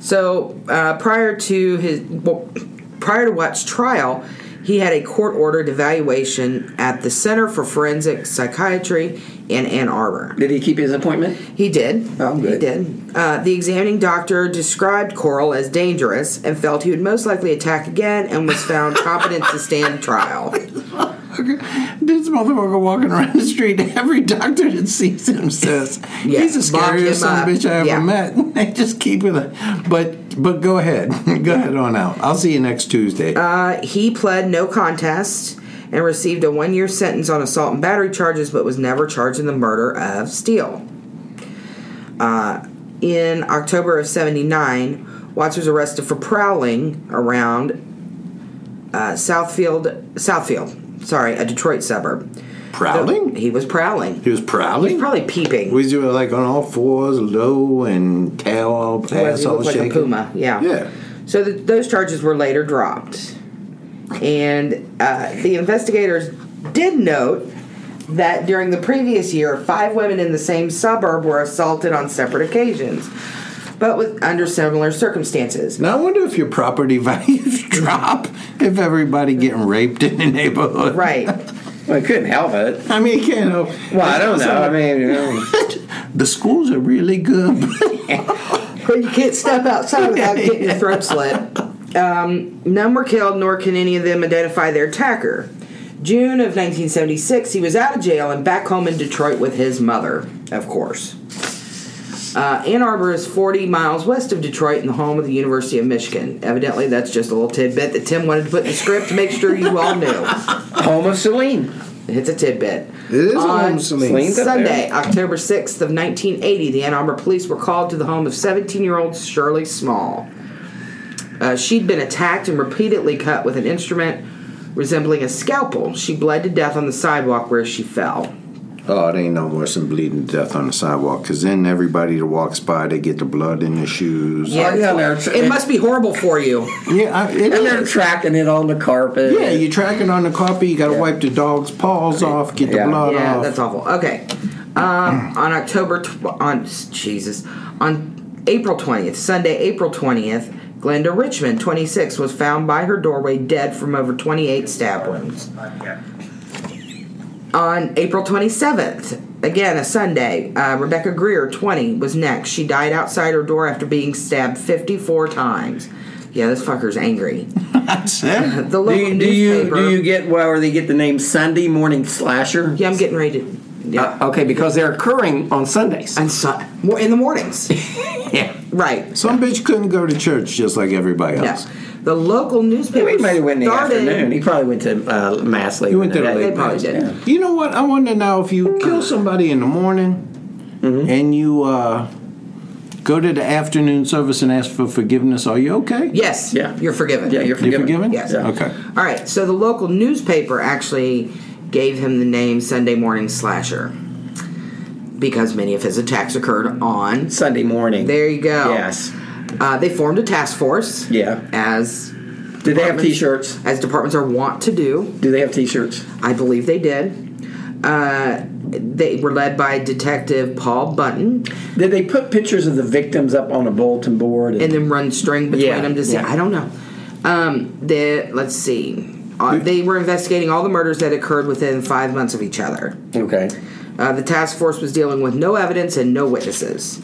So uh, prior to his well, prior to Watt's trial, he had a court ordered evaluation at the Center for Forensic Psychiatry in Ann Arbor.
Did he keep his appointment?
He did.
Oh, good.
He did. Uh, the examining doctor described Coral as dangerous and felt he would most likely attack again, and was found competent to stand trial.
This motherfucker walking around the street, [laughs] every doctor that sees him says
Yeah,
he's the
lock him
scariest son of a
up.
bitch I ever
Yeah.
met. [laughs] They just keep it. a- But but go ahead, [laughs] go ahead on out. I'll see you next Tuesday.
Uh, He pled no contest and received a one year sentence on assault and battery charges, but was never charged in the murder of Steele. Uh, in October of 79, Watts was arrested for prowling around uh, Southfield, Southfield, sorry, a Detroit suburb.
prowling.
He was prowling.
He was prowling.
Probably peeping.
We do it like on all fours, low and tail all
Otherwise
ass
he
all
looked like
shaking.
a puma. Yeah.
Yeah.
So th those charges were later dropped, and uh, the investigators did note that during the previous year, five women in the same suburb were assaulted on separate occasions, but with under similar circumstances.
Now I wonder if your property [laughs] values drop if everybody getting raped in the neighborhood.
Right.
Well, he couldn't help it.
[laughs] I mean, you can't help.
Well, I don't know. I mean, you know,
[laughs] the schools are really good.
But you can't step outside without getting your throat slit. Um, none were killed, nor can any of them identify their attacker. June of 1976, he was out of jail and back home in Detroit with his mother, of course. Uh, Ann Arbor is 40 miles west of Detroit and the home of the University of Michigan. Evidently, that's just a little tidbit that Tim wanted to put in the script to make sure you all knew.
home of Celine.
It's a tidbit.
It is a
on
home, Celine.
Celine's up there.
Sunday, October 6th of 1980, the Ann Arbor police were called to the home of 17-year-old Shirley Small. Uh, she'd been attacked and repeatedly cut with an instrument resembling a scalpel. She bled to death on the sidewalk where she fell.
Oh, it ain't no worse than bleeding to death on the sidewalk. Cause then everybody that walks by, they get the blood in their shoes.
Yeah, yeah, they're-
it must be horrible for you.
yeah. I, it
And they're
is.
tracking it on the carpet.
yeah, you're tracking on the carpet. You got to wipe the dog's paws off, get
Yeah.
the blood
yeah,
off.
that's awful. Okay.
[clears throat]
Um, on October tw- on Jesus on April twentieth, Sunday, April twentieth, Glenda Richmond, twenty six, was found by her doorway dead from over twenty eight stab wounds. On April twenty seventh, again a Sunday, uh, Rebecca Greer, twenty, was next. She died outside her door after being stabbed fifty four times. Yeah, this fucker's angry.
[laughs] That's it.
Do
The local
you, do you
newspaper.
do you get where they get the name Sunday morning slasher?
yeah, I'm getting ready to. Yeah.
Uh,
Okay, because they're occurring on Sundays.
and so, more in the mornings.
yeah.
Right.
Some bitch couldn't go to church just like everybody
Yeah.
else.
The local newspaper
He might have went in the
started,
afternoon. He probably went to uh, mass later.
You went to
in
the
day.
late
They probably
night.
did.
You know what? I wonder now if you kill
[clears throat]
somebody in the morning
Mm-hmm.
and you uh, go to the afternoon service and ask for forgiveness, are you okay?
Yes.
Yeah.
You're forgiven.
Yeah, you're
You
forgiven.
forgiven?
Yes.
Yeah.
Okay.
All right. So the local newspaper actually gave him the name Sunday Morning Slasher because many of his attacks occurred on.
Sunday morning.
There you go.
Yes.
Uh, they formed a task force.
Yeah.
As
Did they have T-shirts?
as departments are wont to do.
Do they have T-shirts?
I believe they did. Uh, they were led by Detective Paul Button.
Did they put pictures of the victims up on a bulletin board?
and then run string between
Yeah,
them to see.
yeah.
I don't know. Um, the let's see. Uh, they were investigating all the murders that occurred within five months of each other. [laughs]
okay.
Uh, the task force was dealing with no evidence and no witnesses.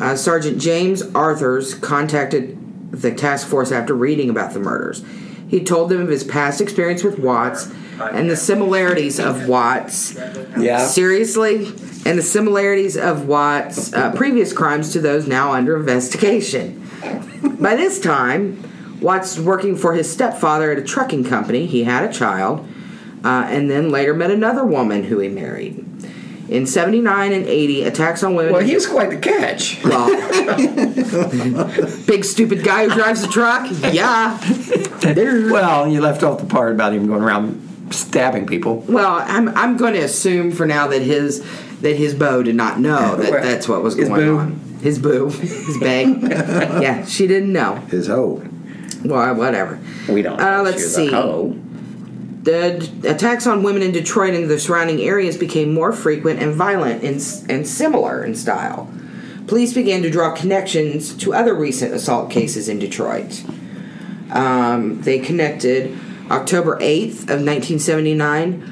Uh, Sergeant James Arthurs contacted the task force after reading about the murders. He told them of his past experience with Watts and the similarities of Watts.
Yeah.
Seriously? And the similarities of Watts' uh, previous crimes to those now under investigation. By this time, Watts was working for his stepfather at a trucking company. He had a child, uh, and then later met another woman who he married. In 79 and 80, attacks on women.
Well, he was quite the catch.
Well, big stupid guy who drives a truck? Yeah.
Well, you left off the part about him going around stabbing people.
Well, I'm, I'm going to assume for now that his that his beau did not know that
Right.
that's what was
His
going
boo.
on. His boo, his
[laughs]
bae. yeah, she didn't know.
His hoe.
Well, whatever.
We don't.
Uh,
know if
let's
she was
see.
A hoe.
The d- attacks on women in Detroit and the surrounding areas became more frequent and violent and, s- and similar in style. Police began to draw connections to other recent assault cases in Detroit. Um, they connected October 8th of 1979,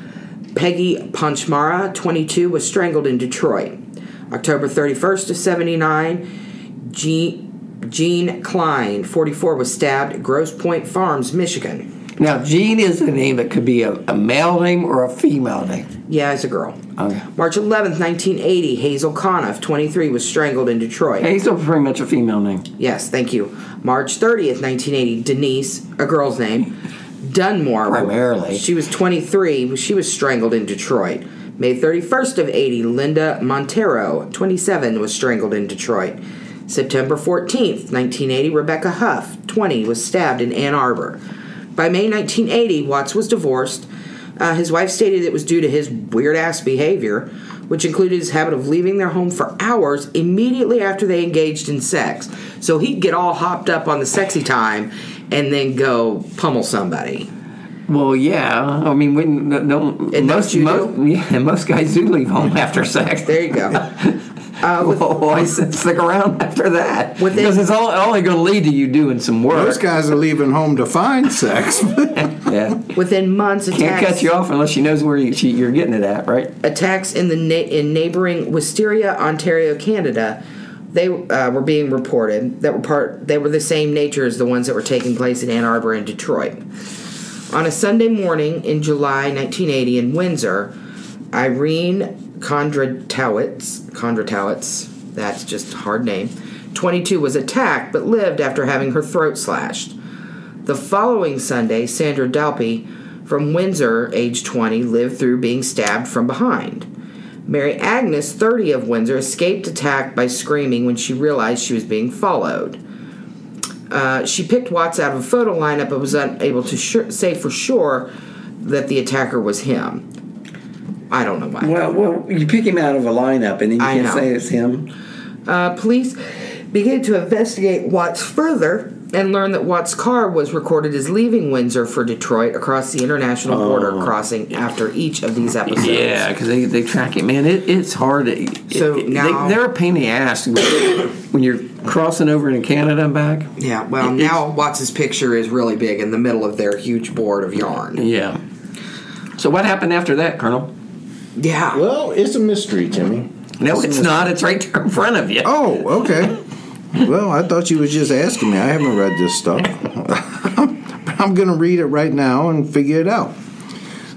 Peggy Ponchmara, 22, was strangled in Detroit. October 31st of 79, Jean, Jean Klein, 44, was stabbed at Grosse Pointe Farms, Michigan.
Now, Jean is a name that could be a, a male name or a female name.
Yeah, it's a girl.
Okay.
March 11th, 1980, Hazel Conniff, 23, was strangled in Detroit.
Hazel pretty much a female name.
Yes, thank you. March 30th, 1980, Denise, a girl's name, Dunmore.
Primarily.
She was 23. She was strangled in Detroit. May 31st of 80, Linda Montero, 27, was strangled in Detroit. September 14th, 1980, Rebecca Huff, 20, was stabbed in Ann Arbor. By May 1980, Watts was divorced. Uh, his wife stated it was due to his weird ass behavior, which included his habit of leaving their home for hours immediately after they engaged in sex. So he'd get all hopped up on the sexy time and then go pummel somebody.
Well, yeah. I mean, when no, no-
And
most
don't you
most
do?
yeah, most guys do leave home after sex.
There
[laughs]
you go. Uh,
Well, why sit- stick around after that?
With it-
Because it's all, only going to lead to you doing some work.
Those guys are leaving home to find sex. [laughs]
[laughs]
yeah.
Within months,
Can't
attacks,
cut you off unless she knows where you, she, you're getting it at, right?
attacks in the na- in neighboring Wisteria, Ontario, Canada, they uh, were being reported that were part. They were the same nature as the ones that were taking place in Ann Arbor and Detroit. On a Sunday morning in July 1980 in Windsor, Irene Kondratowicz, Kondratowicz, that's just a hard name, 22 was attacked but lived after having her throat slashed. The following Sunday, Sandra Dalpy from Windsor, age 20, lived through being stabbed from behind. Mary Agnes, 30 of Windsor, escaped attack by screaming when she realized she was being followed. Uh, she picked Watts out of a photo lineup but was unable to sure say for sure that the attacker was him. I don't know why.
Well, Uh, well, you pick him out of a lineup, and then you
I
can't
know.
say it's him.
Uh, police began to investigate Watts further and learned that Watts' car was recorded as leaving Windsor for Detroit across the international border
Oh.
crossing after each of these episodes.
Yeah, because they, they track it, man. It, it's hard. To, it-
So
it-
now-
they, they're a pain in the ass when when you're crossing over into Canada and back.
Yeah, well, now Watts' picture is really big in the middle of their huge board of yarn.
Yeah. So what happened after that, Colonel?
Yeah.
Well, it's a mystery, Jimmy.
No, it's not. It's right there in front of you.
Oh, okay. well, I thought you was just asking me. I haven't read this stuff. [laughs] but I'm going to read it right now and figure it out.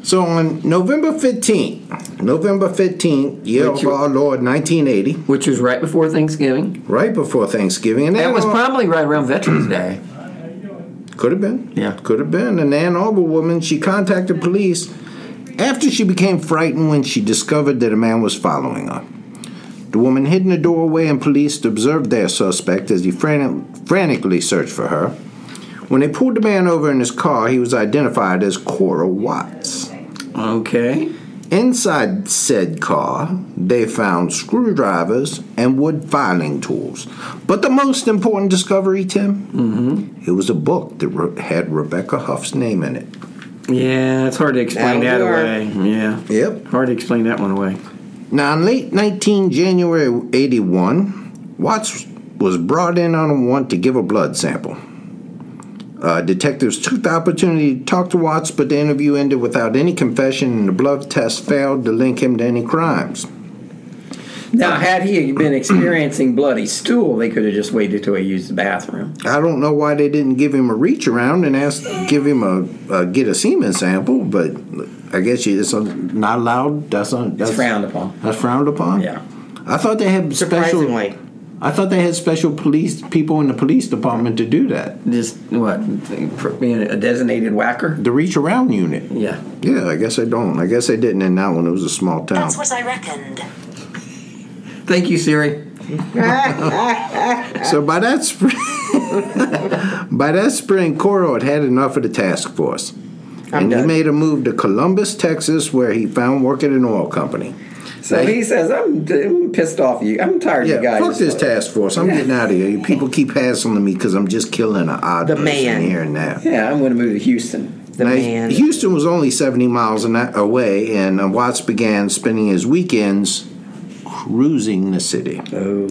So on November 15th, November 15th, year
Which
of
you-
our Lord 1980,
Which was right before Thanksgiving.
right before Thanksgiving. And
That
Ann
was
Ar-
probably right around Veterans Day.
Could have been.
Yeah.
Could have been. An Ann Arbor woman, she contacted police after she became frightened when she discovered that a man was following her. The woman hid in a doorway, and police observed their suspect as he frantic- frantically searched for her. When they pulled the man over in his car, he was identified as Cora Watts.
Okay.
Inside said car, they found screwdrivers and wood filing tools. But the most important discovery, Tim, it was a book that re- had Rebecca Huff's name in it.
Yeah, it's hard to explain
Now
that
we are-
away. Yeah.
Yep.
Hard to explain that one away.
Now, in late 19 January 81, Watts was brought in on a want to give a blood sample. Uh, detectives took the opportunity to talk to Watts, but the interview ended without any confession, and the blood test failed to link him to any crimes.
Now, had he been experiencing bloody stool, they could have just waited till he used the bathroom.
I don't know why they didn't give him a reach around and ask, give him a, a get a semen sample, but I guess it's uh not allowed. That's not that's
It's frowned upon.
That's frowned upon.
Yeah.
I thought they had special.
Surprisingly.
I thought they had special police people in the police department to do that.
Just what? For being a designated whacker?
The reach around unit.
Yeah.
Yeah, I guess I don't. I guess I didn't in that one. It was a small town.
That's what I reckoned.
Thank you, Siri.
So by that spring, [laughs] by that spring, Coro had had enough of the task force, and he
done.
made a move to Columbus, Texas, where he found work at an oil company.
So he says, I'm, I'm pissed off at you. I'm tired of
Yeah,
you guys.
fuck this task force. I'm getting out of here. You people keep hassling me because I'm just killing an odd
The
person
man.
here and there.
Yeah, I'm going to move to Houston.
The
Now,
man.
Houston was only 70 miles an- away, and uh, Watts began spending his weekends cruising the city.
Oh.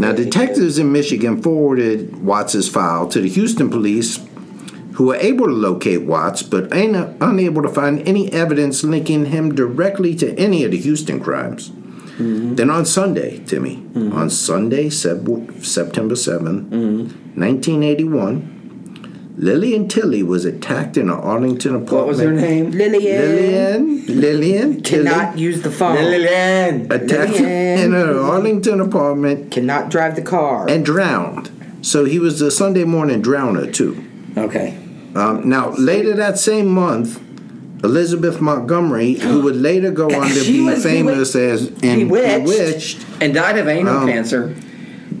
Now, detectives in Michigan forwarded Watts's file to the Houston police, who were able to locate Watts but ain't unable to find any evidence linking him directly to any of the Houston crimes.
Mm-hmm.
Then on Sunday, Timmy, on Sunday, Sep- September 7th,
Mm-hmm.
1981, Lillian Tilly was attacked in an Arlington apartment.
What was her name?
Lillian,
Lillian. Lillian Tilly.
cannot use the phone.
Lillian.
Attacked
Lillian.
in an Arlington apartment
Cannot drive the car.
and drowned. So he was the Sunday morning drowner too.
Okay.
Um, now later that same month, Elizabeth Montgomery, who would
[gasps]
later go on to
She
be
was
famous as in
Bewitched.
Bewitched.
And died of anal
Oh.
cancer.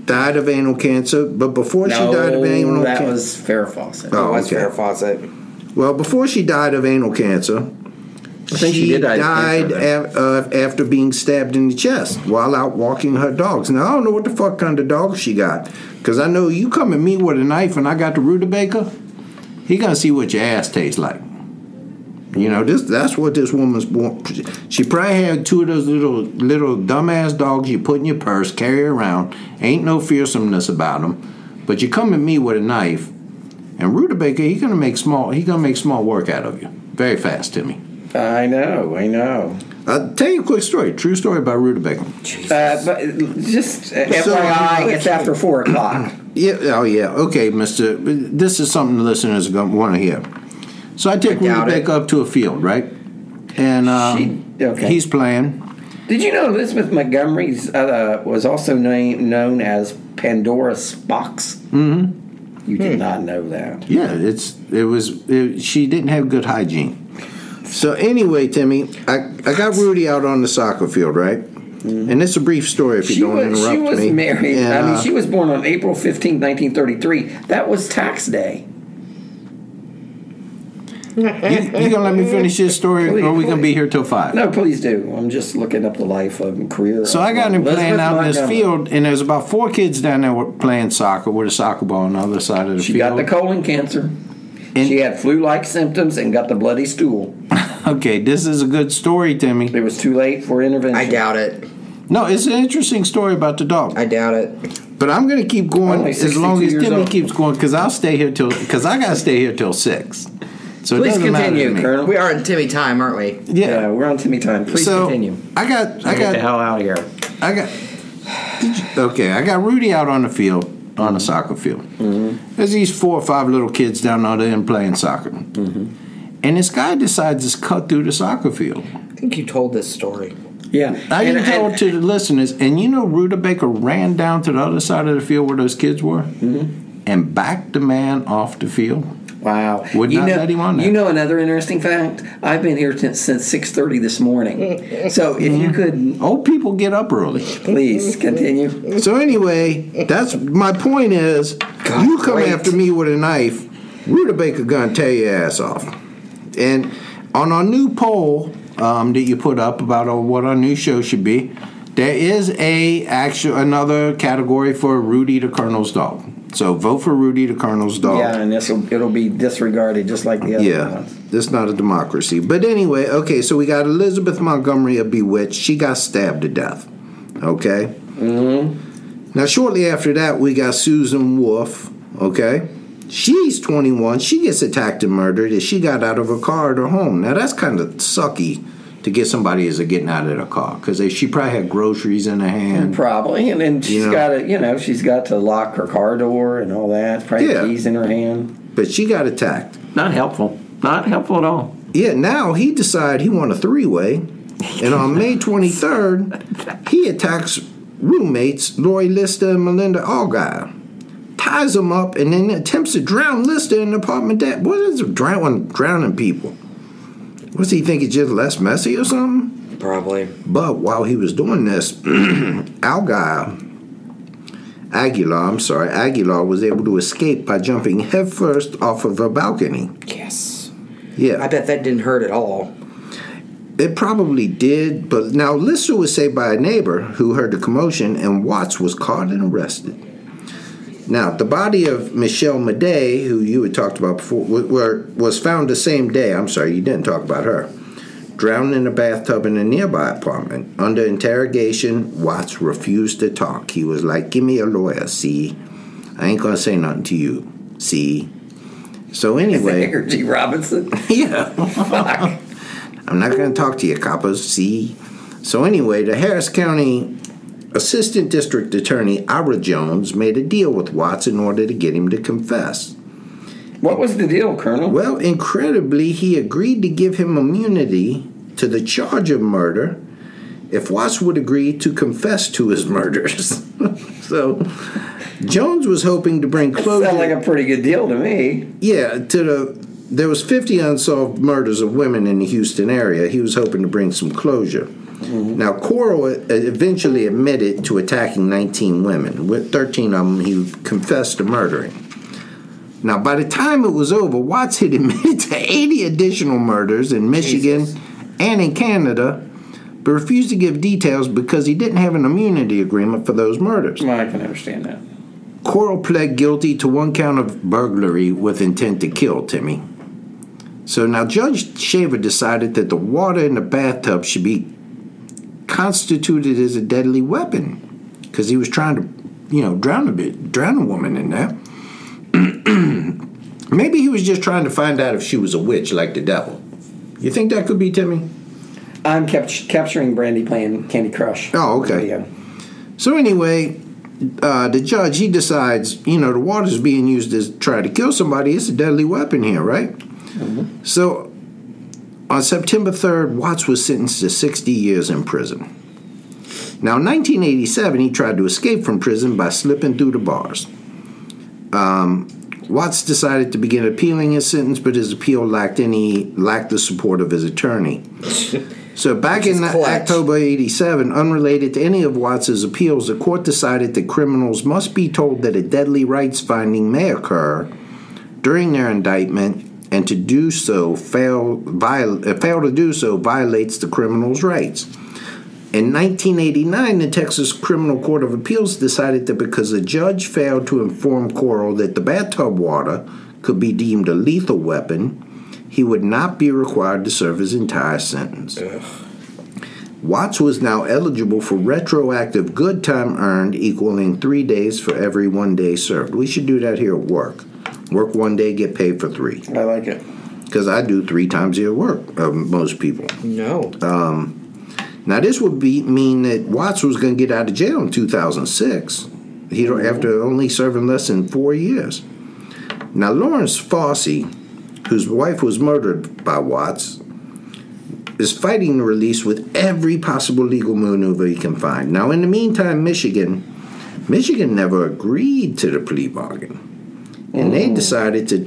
died of anal cancer. But before
No,
she died of anal
that
cancer,
was Farrah Fawcett.
Oh,
was
okay.
Farrah Fawcett.
well, before she died of anal cancer,
I think she, did die of
died
cancer, though.
af- uh, after being stabbed in the chest while out walking her dogs. Now I don't know what the fuck kind of dog she got, because I know you come at me with a knife and I got the rutabaga, he gonna see what your ass tastes like. You know this. That's what this woman's born. She probably had two of those little little dumbass dogs you put in your purse, carry around. Ain't no fearsomeness about them, but you come at me with a knife, and rutabaga he gonna make small. He gonna make small work out of you very fast, Timmy.
I know, I know.
I'll tell you a quick story, true story about Rutabaga.
Uh, but just uh,
So-
FYI, it's after four o'clock.
Yeah, oh yeah, okay, Mister. This is something the listeners are going to want to hear. So I take
doubt
Rutabaga up to a field, right? And uh,
She- okay.
he's playing.
Did you know Elizabeth Montgomery uh, was also name, known as Pandora Spox? Mm-hmm. You
Hmm.
did not know that.
Yeah, it's it was it, she didn't have good hygiene. So anyway, Timmy, I, I got Rudy out on the soccer field, right? And it's a brief story if you
Mm-hmm. She
don't
was,
interrupt
she was
me.
married.
And,
I mean,
uh,
she was born on April fifteenth, 1933. That was tax day.
You, you gonna let me finish this story, or we gonna be here till five?
No, please do. I'm just looking up the life of and career.
So
of
I got him
Elizabeth
playing out in this
Montgomery.
field, and there's about four kids down there were- playing soccer with a soccer ball on the other side of the
She
field.
got the colon cancer. she had flu-like symptoms and got the bloody stool.
okay, this is a good story, Timmy.
It was too late for intervention.
I doubt it.
No, it's an interesting story about the dog.
I doubt it.
But I'm gonna keep going
Only
as long
62
as
years
Timmy
old.
keeps going because I'll stay here till because I gotta stay here till six. So it
Please
doesn't matter to
continue,
me.
Colonel.
We are in Timmy time, aren't we?
Yeah.
Yeah, we're on Timmy time. Please
so
continue.
I got
Get
I
the
got
hell out of here.
I got did you- okay. I got Rudy out on the field on the soccer field. There's these four or five little kids down there and playing soccer. And this guy decides to cut through the soccer field.
I think you told this story.
Yeah,
I
And-
didn't tell
and-
it to the listeners. And you know, Rutabaker ran down to the other side of the field where those kids were and backed the man off the field.
Wow.
Would
you
not
know,
let him on there.
You know another interesting fact? I've been here since since 6.30 this morning. so if you could,
Old people get up early.
please continue.
So anyway, that's my point is you come
great.
after me with a knife, Rutabaker gonna tear your ass off. And on our new poll um, that you put up about uh, what our new show should be, there is a actual another category for Rudy the Colonel's dog. So vote for Rudy the Colonel's dog.
Yeah, and this will it'll be disregarded just like the other
Yeah,
ones.
that's not a democracy. But anyway, okay, so we got Elizabeth Montgomery of Bewitched. She got stabbed to death. Okay? Mm-hmm. Now, shortly after that, we got Susan Wolf. Okay? She's 21. She gets attacked and murdered, and she got out of her car at her home. Now, that's kind of sucky to get somebody as a getting out of their car because she probably had groceries in her
[laughs]
hand.
Probably, and then she's
Yeah.
got to, you know, she's got to lock her car door and all that. Probably
Yeah.
keys in her hand.
But she got attacked.
Not helpful. Not helpful at all.
Yeah, now he decide he want a three way, and on May twenty third, he attacks roommates Lori Lister and Melinda Allgaier, ties them up, and then attempts to drown Lister in the apartment. That what is drowning drowning people? What's he think? It's just less messy or something?
Probably.
But while he was doing this, [clears throat] Algar, Aguilar, I'm sorry, Aguilar was able to escape by jumping headfirst off of a balcony.
Yes.
Yeah,
I bet that didn't hurt at all.
It probably did, but now Lister was saved by a neighbor who heard the commotion, and Watts was caught and arrested. Now, the body of Michelle Madej, who you had talked about before, wa- were, was found the same day. I'm sorry, you didn't talk about her. Drowned in a bathtub in a nearby apartment. Under interrogation, Watts refused to talk. He was like, Give me a lawyer, see? I ain't gonna say nothing to you, see? So, anyway.
Edgar G. Robinson.
Yeah. [laughs]
Fuck.
I'm not going to talk to you, coppers. See? So, anyway, the Harris County Assistant District Attorney, Ira Jones, made a deal with Watts in order to get him to confess.
What was the deal, Colonel?
Well, incredibly, he agreed to give him immunity to the charge of murder if Watts would agree to confess to his [laughs] murders. so, Jones was hoping to bring
uh,
closure.
Sounds like a pretty good deal to me.
Yeah, to the there was 50 unsolved murders of women in the Houston area. He was hoping to bring some closure. Now, Coro uh, eventually admitted to attacking 19 women. With 13 of them, he confessed to murdering. Now, by the time it was over, Watts had [laughs] admitted to 80 additional murders in Michigan and in Canada, but refused to give details because he didn't have an immunity agreement for those murders.
Well, I can understand that.
Coral pled guilty to one count of burglary with intent to kill Timmy. So now Judge Shaver decided that the water in the bathtub should be constituted as a deadly weapon because he was trying to, you know, drown a bit, drown a woman in there. [clears throat] Maybe he was just trying to find out if she was a witch like the devil. You think that could be Timmy?
I'm capt- capturing Brandy playing Candy Crush.
Oh, okay.
Video.
So anyway, uh, the judge he decides, you know, the water's being used to try to kill somebody. It's a deadly weapon here, right? So on September third, Watts was sentenced to sixty years in prison. Now, in 1987, he tried to escape from prison by slipping through the bars. Um, Watts decided to begin appealing his sentence, but his appeal lacked any lacked the support of his attorney. So back in
is clutch.
October 87, unrelated to any of Watts's appeals, the court decided that criminals must be told that a deadly rights finding may occur during their indictment and to do so fail, viol, uh, fail to do so violates the criminal's rights. In 1989, the Texas Criminal Court of Appeals decided that because a judge failed to inform Coral that the bathtub water could be deemed a lethal weapon, he would not be required to serve his entire sentence. Watts was now eligible for retroactive good time earned, equaling three days for every one day served. We should do that here at work. Work one day, get paid for three.
I like it.
Because I do three times a year work, uh, most people.
No.
Now, this would be mean that Watts was going to get out of jail in 2006. He don't, after only serving less than four years. Now, Lawrence Fossey, whose wife was murdered by Watts, is fighting the release with every possible legal maneuver he can find. Now, in the meantime, Michigan, Michigan never agreed to the plea bargain, and
Oh.
they decided to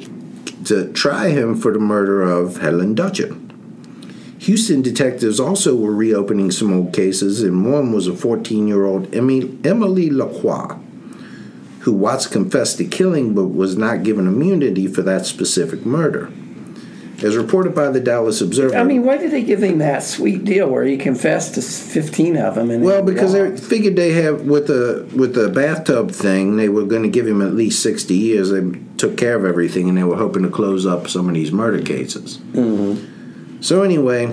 to try him for the murder of Helen Dutcher. Houston detectives also were reopening some old cases, and one was a 14 year old Emily, Emily Lacroix, who Watts confessed to killing but was not given immunity for that specific murder. As reported by the Dallas Observer.
I mean, why did they give him that sweet deal where he confessed to s- 15 of them? And
Well, because they figured they have with the with the bathtub thing, they were going to give him at least sixty years. They took care of everything, and they were hoping to close up some of these murder cases. Mm-hmm. So anyway,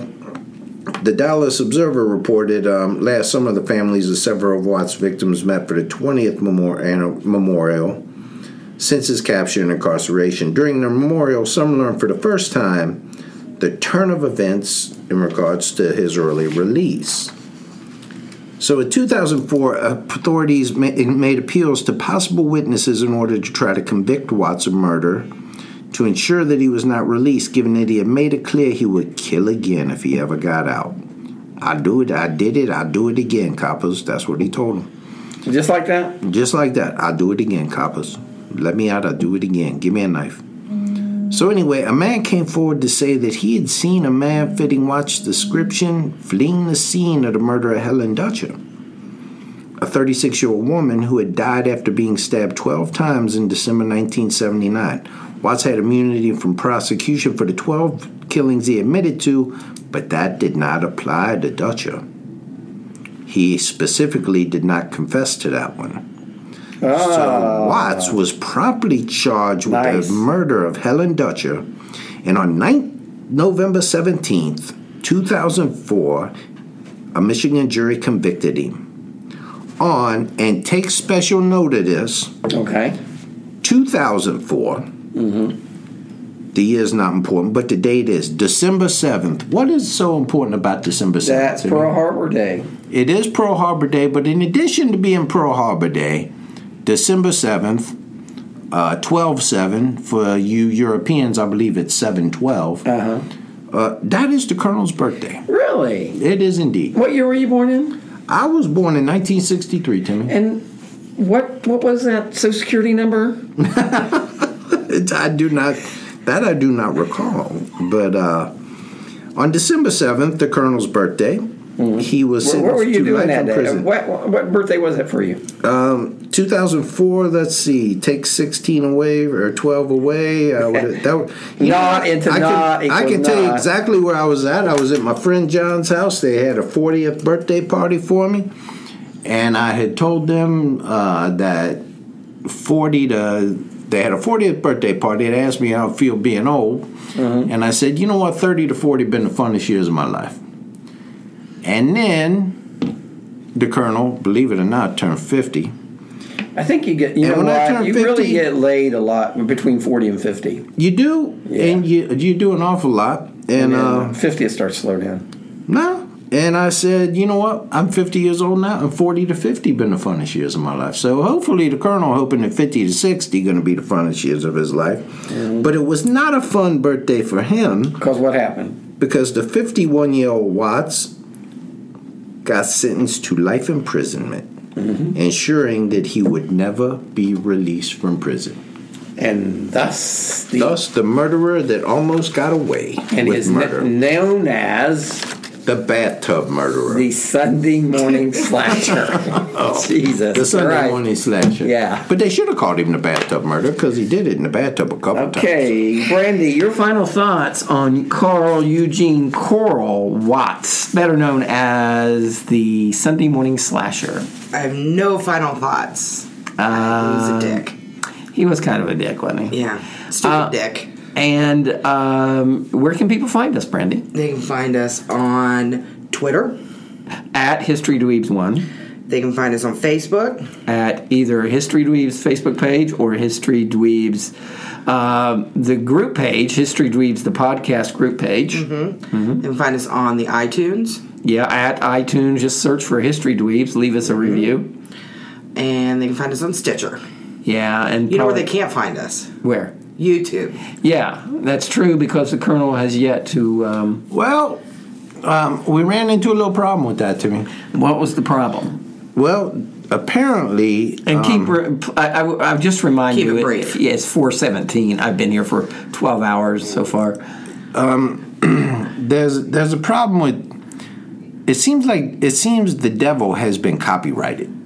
the Dallas Observer reported um, last summer the families of several of Watts' victims met for the twentieth memorial since his capture and incarceration. During the memorial, some learned for the first time the turn of events in regards to his early release. So in 2004, uh, authorities ma- made appeals to possible witnesses in order to try to convict Watts of murder to ensure that he was not released, given that he had made it clear he would kill again if he ever got out. I do it, I did it, I do it again, coppers. That's what he told them.
Just like that?
Just like that, I do it again, coppers. Let me out, I do it again. Give me a knife. So anyway, a man came forward to say that he had seen a man fitting Watts' description fleeing the scene of the murder of Helen Dutcher a 36 year old woman who had died after being stabbed 12 times in December 1979. Watts had immunity from prosecution for the 12 killings he admitted to, but that did not apply to Dutcher. He specifically did not confess to that one. so Watts was promptly charged with
Uh, Nice.
the murder of Helen Dutcher, and on 9, November 17th, 2004, a Michigan jury convicted him on and take special note of this
Okay.
2004
Mm-hmm.
the year is not important but the date is december 7th what is so important about december 7th
That's
to me?
Pearl Harbor Day.
it is pearl harbor day but in addition to being pearl harbor day december 7th uh, 12-7 for you europeans i believe it's 7-12
Uh huh.
uh, that is the colonel's birthday
Really?
it is indeed
What year were you born in?
i was born in 1963 timmy
And what what was that social security number?
I do not that I do not recall. But uh, on December seventh, the colonel's birthday, he
Mm-hmm.
was
What,
sentenced
what were you
to
doing
life
that
in
day?
prison.
What, what birthday was it for you?
Um, two thousand four. Let's see, take sixteen away or twelve away. Uh, would it- that would- you
Not
know,
into
I
not
can, I
equals
can tell you
not.
exactly where I was at. I was at my friend John's house. They had a fortieth birthday party for me, and I had told them uh, that 40 to they had a 40th birthday party they asked me how i feel being old
Mm-hmm.
and i said you know what 30 to 40 been the funnest years of my life and then the colonel believe it or not turned 50
I think you get you
And
know
when I
what
turned
you really
50
get laid a lot between forty and fifty,
you do
Yeah.
and you you do an awful lot and,
and
uh
fifty it starts to slow down.
no and i said you know what i'm 50 years old now and 40 to 50 been the funnest years of my life so hopefully the colonel hoping that 50 to 60 going to be the funnest years of his life but it was not a fun birthday for him
Because what happened?
because the 51 year old Watts got sentenced to life imprisonment,
Mm-hmm.
ensuring that he would never be released from prison.
And thus the
Thus, the murderer that almost got away
and
with
is kn-
murder.
known as
The bathtub murderer.
The Sunday
[laughs]
morning slasher. [laughs] Jesus.
Oh. The Sunday
Christ.
morning slasher.
Yeah.
But they should have called him the bathtub murderer because he did it in the bathtub a couple times.
Okay, Brandy,
Your
you're
final thoughts on Carl Eugene Coral Watts, better known as the Sunday Morning Slasher.
I have no final thoughts. Uh, He's a dick.
He was kind of a dick, wasn't he?
Yeah, stupid
uh,
dick.
And um, where can people find us, Brandy?
They can find us on Twitter.
At History Dweebs One,
They can find us on Facebook.
at either History Dweebs Facebook page or History Dweebs, um, the group page, History Dweebs, the podcast group page.
Mm-hmm. They can find us on the iTunes.
Yeah, at iTunes, just search for History Dweebs, leave us a
Mm-hmm.
review.
And they can find us on Stitcher.
Yeah, and
You know where
probably-
they can't find us?
where?
YouTube.
Yeah, that's true because the colonel has yet to. Um,
Well, um, we ran into a little problem with that, Timmy.
what was the problem?
Well, apparently.
And
um,
keep. Re- pl- I, I, I just remind
Keep
you.
it brief.
yeah, it's four seventeen. I've been here for twelve hours so far.
there's there's a problem with it seems like it seems the devil has been copyrighted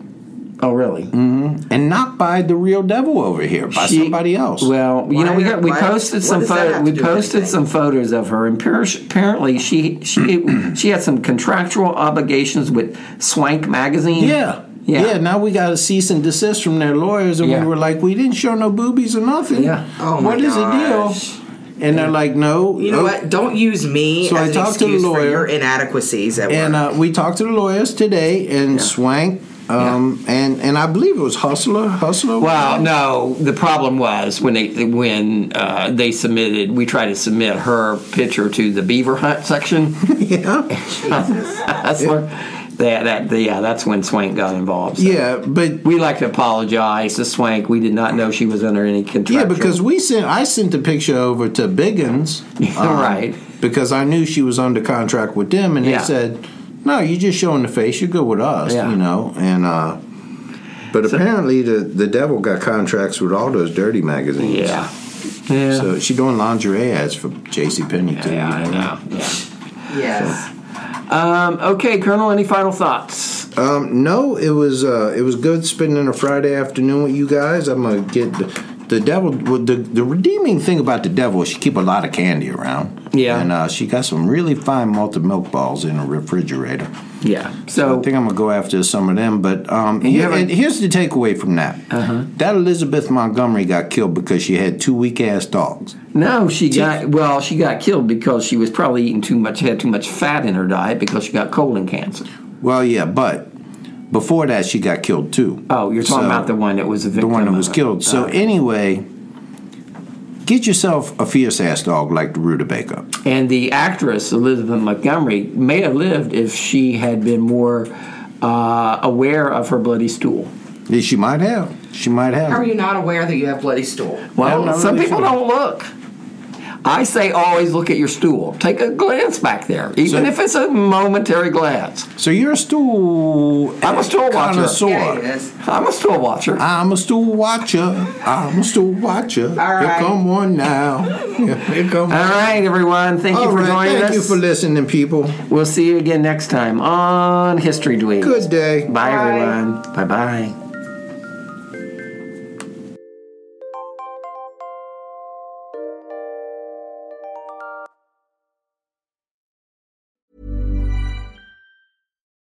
Oh really?
and not by the real devil over here by
She-
somebody else
Well, you know, we
Why-
got we
why-
posted
what
some
does that
photo,
have
we
to do with
posted
anything?
some photos of her, and par- apparently she she she had some contractual obligations with Swank magazine.
yeah.
Yeah.
yeah now we got a cease and desist from their lawyers and
Yeah.
we were like we didn't show no boobies or nothing
Yeah.
Oh, my
What is
gosh.
the deal and they're like no
You know
oh,
what? Don't use me
So I
as an
talked to the
excuse for
lawyer.
your inadequacies at
and
work.
uh, we talked to the lawyers today and swank um, and and i believe it was hustler hustler
Well, no. The problem was when they when uh, they submitted, we tried to submit her picture to the beaver hunt section.
[laughs] yeah
[laughs] that's where that that yeah, that's when Swank got involved. so.
yeah but
we like to apologize to Swank. We did not know she was under any contractual.
Yeah, because we sent I sent the picture over to Biggins. um,
[laughs] Right.
Because I knew she was under contract with them and
Yeah.
they said, No, you're just showing the face, you're good with us,
Yeah.
you know. And uh but apparently the the devil got contracts with all those dirty magazines.
yeah, yeah,
So she doing lingerie ads for JC Penney too.
yeah, I
you
know. Yeah.
uh,
yes.
Um, okay, Colonel. Any final thoughts?
Um, no, it was uh, it was good spending a Friday afternoon with you guys. I'm gonna get the, the devil. well, The the redeeming thing about the devil is she keep a lot of candy around.
Yeah.
and uh, she got some really fine malted milk balls in her refrigerator.
Yeah.
So
So
I think I'm gonna go after some of them. But um,
Oh. you Uh-huh.
here-
haven't-
and here's the takeaway from that: that Elizabeth Montgomery got killed because she had two weak ass dogs.
no, she got well. She got killed because she was probably eating too much. Had too much fat in her diet because she got colon cancer.
Well, yeah, but before that, she got killed too.
Oh, you're talking
So-
about the one that was a
the
victim.
one that
of
was
it.
killed. So anyway, get yourself a fierce ass dog like the Rutabaga.
And the actress Elizabeth Montgomery may have lived if she had been more uh, aware of her bloody stool.
Yeah, She might have. She might have.
How are you not aware that you have bloody stool?
Well,
I'm not
some
really
people
sure.
don't look. I say always look at your stool. Take a glance back there, even
So-
if it's a momentary glance.
So you're a stool.
I'm a stool watcher.
connoisseur.
Yeah, he is.
I'm a stool watcher.
I'm a stool watcher. I'm a stool watcher. Here
All right.
come one now. [laughs] Here come.
All right, everyone. Thank you
All
for
right,
joining
Thank
us.
you for listening, people.
we'll see you again next time on History Dweeb.
Good day.
Bye, everyone. Bye bye.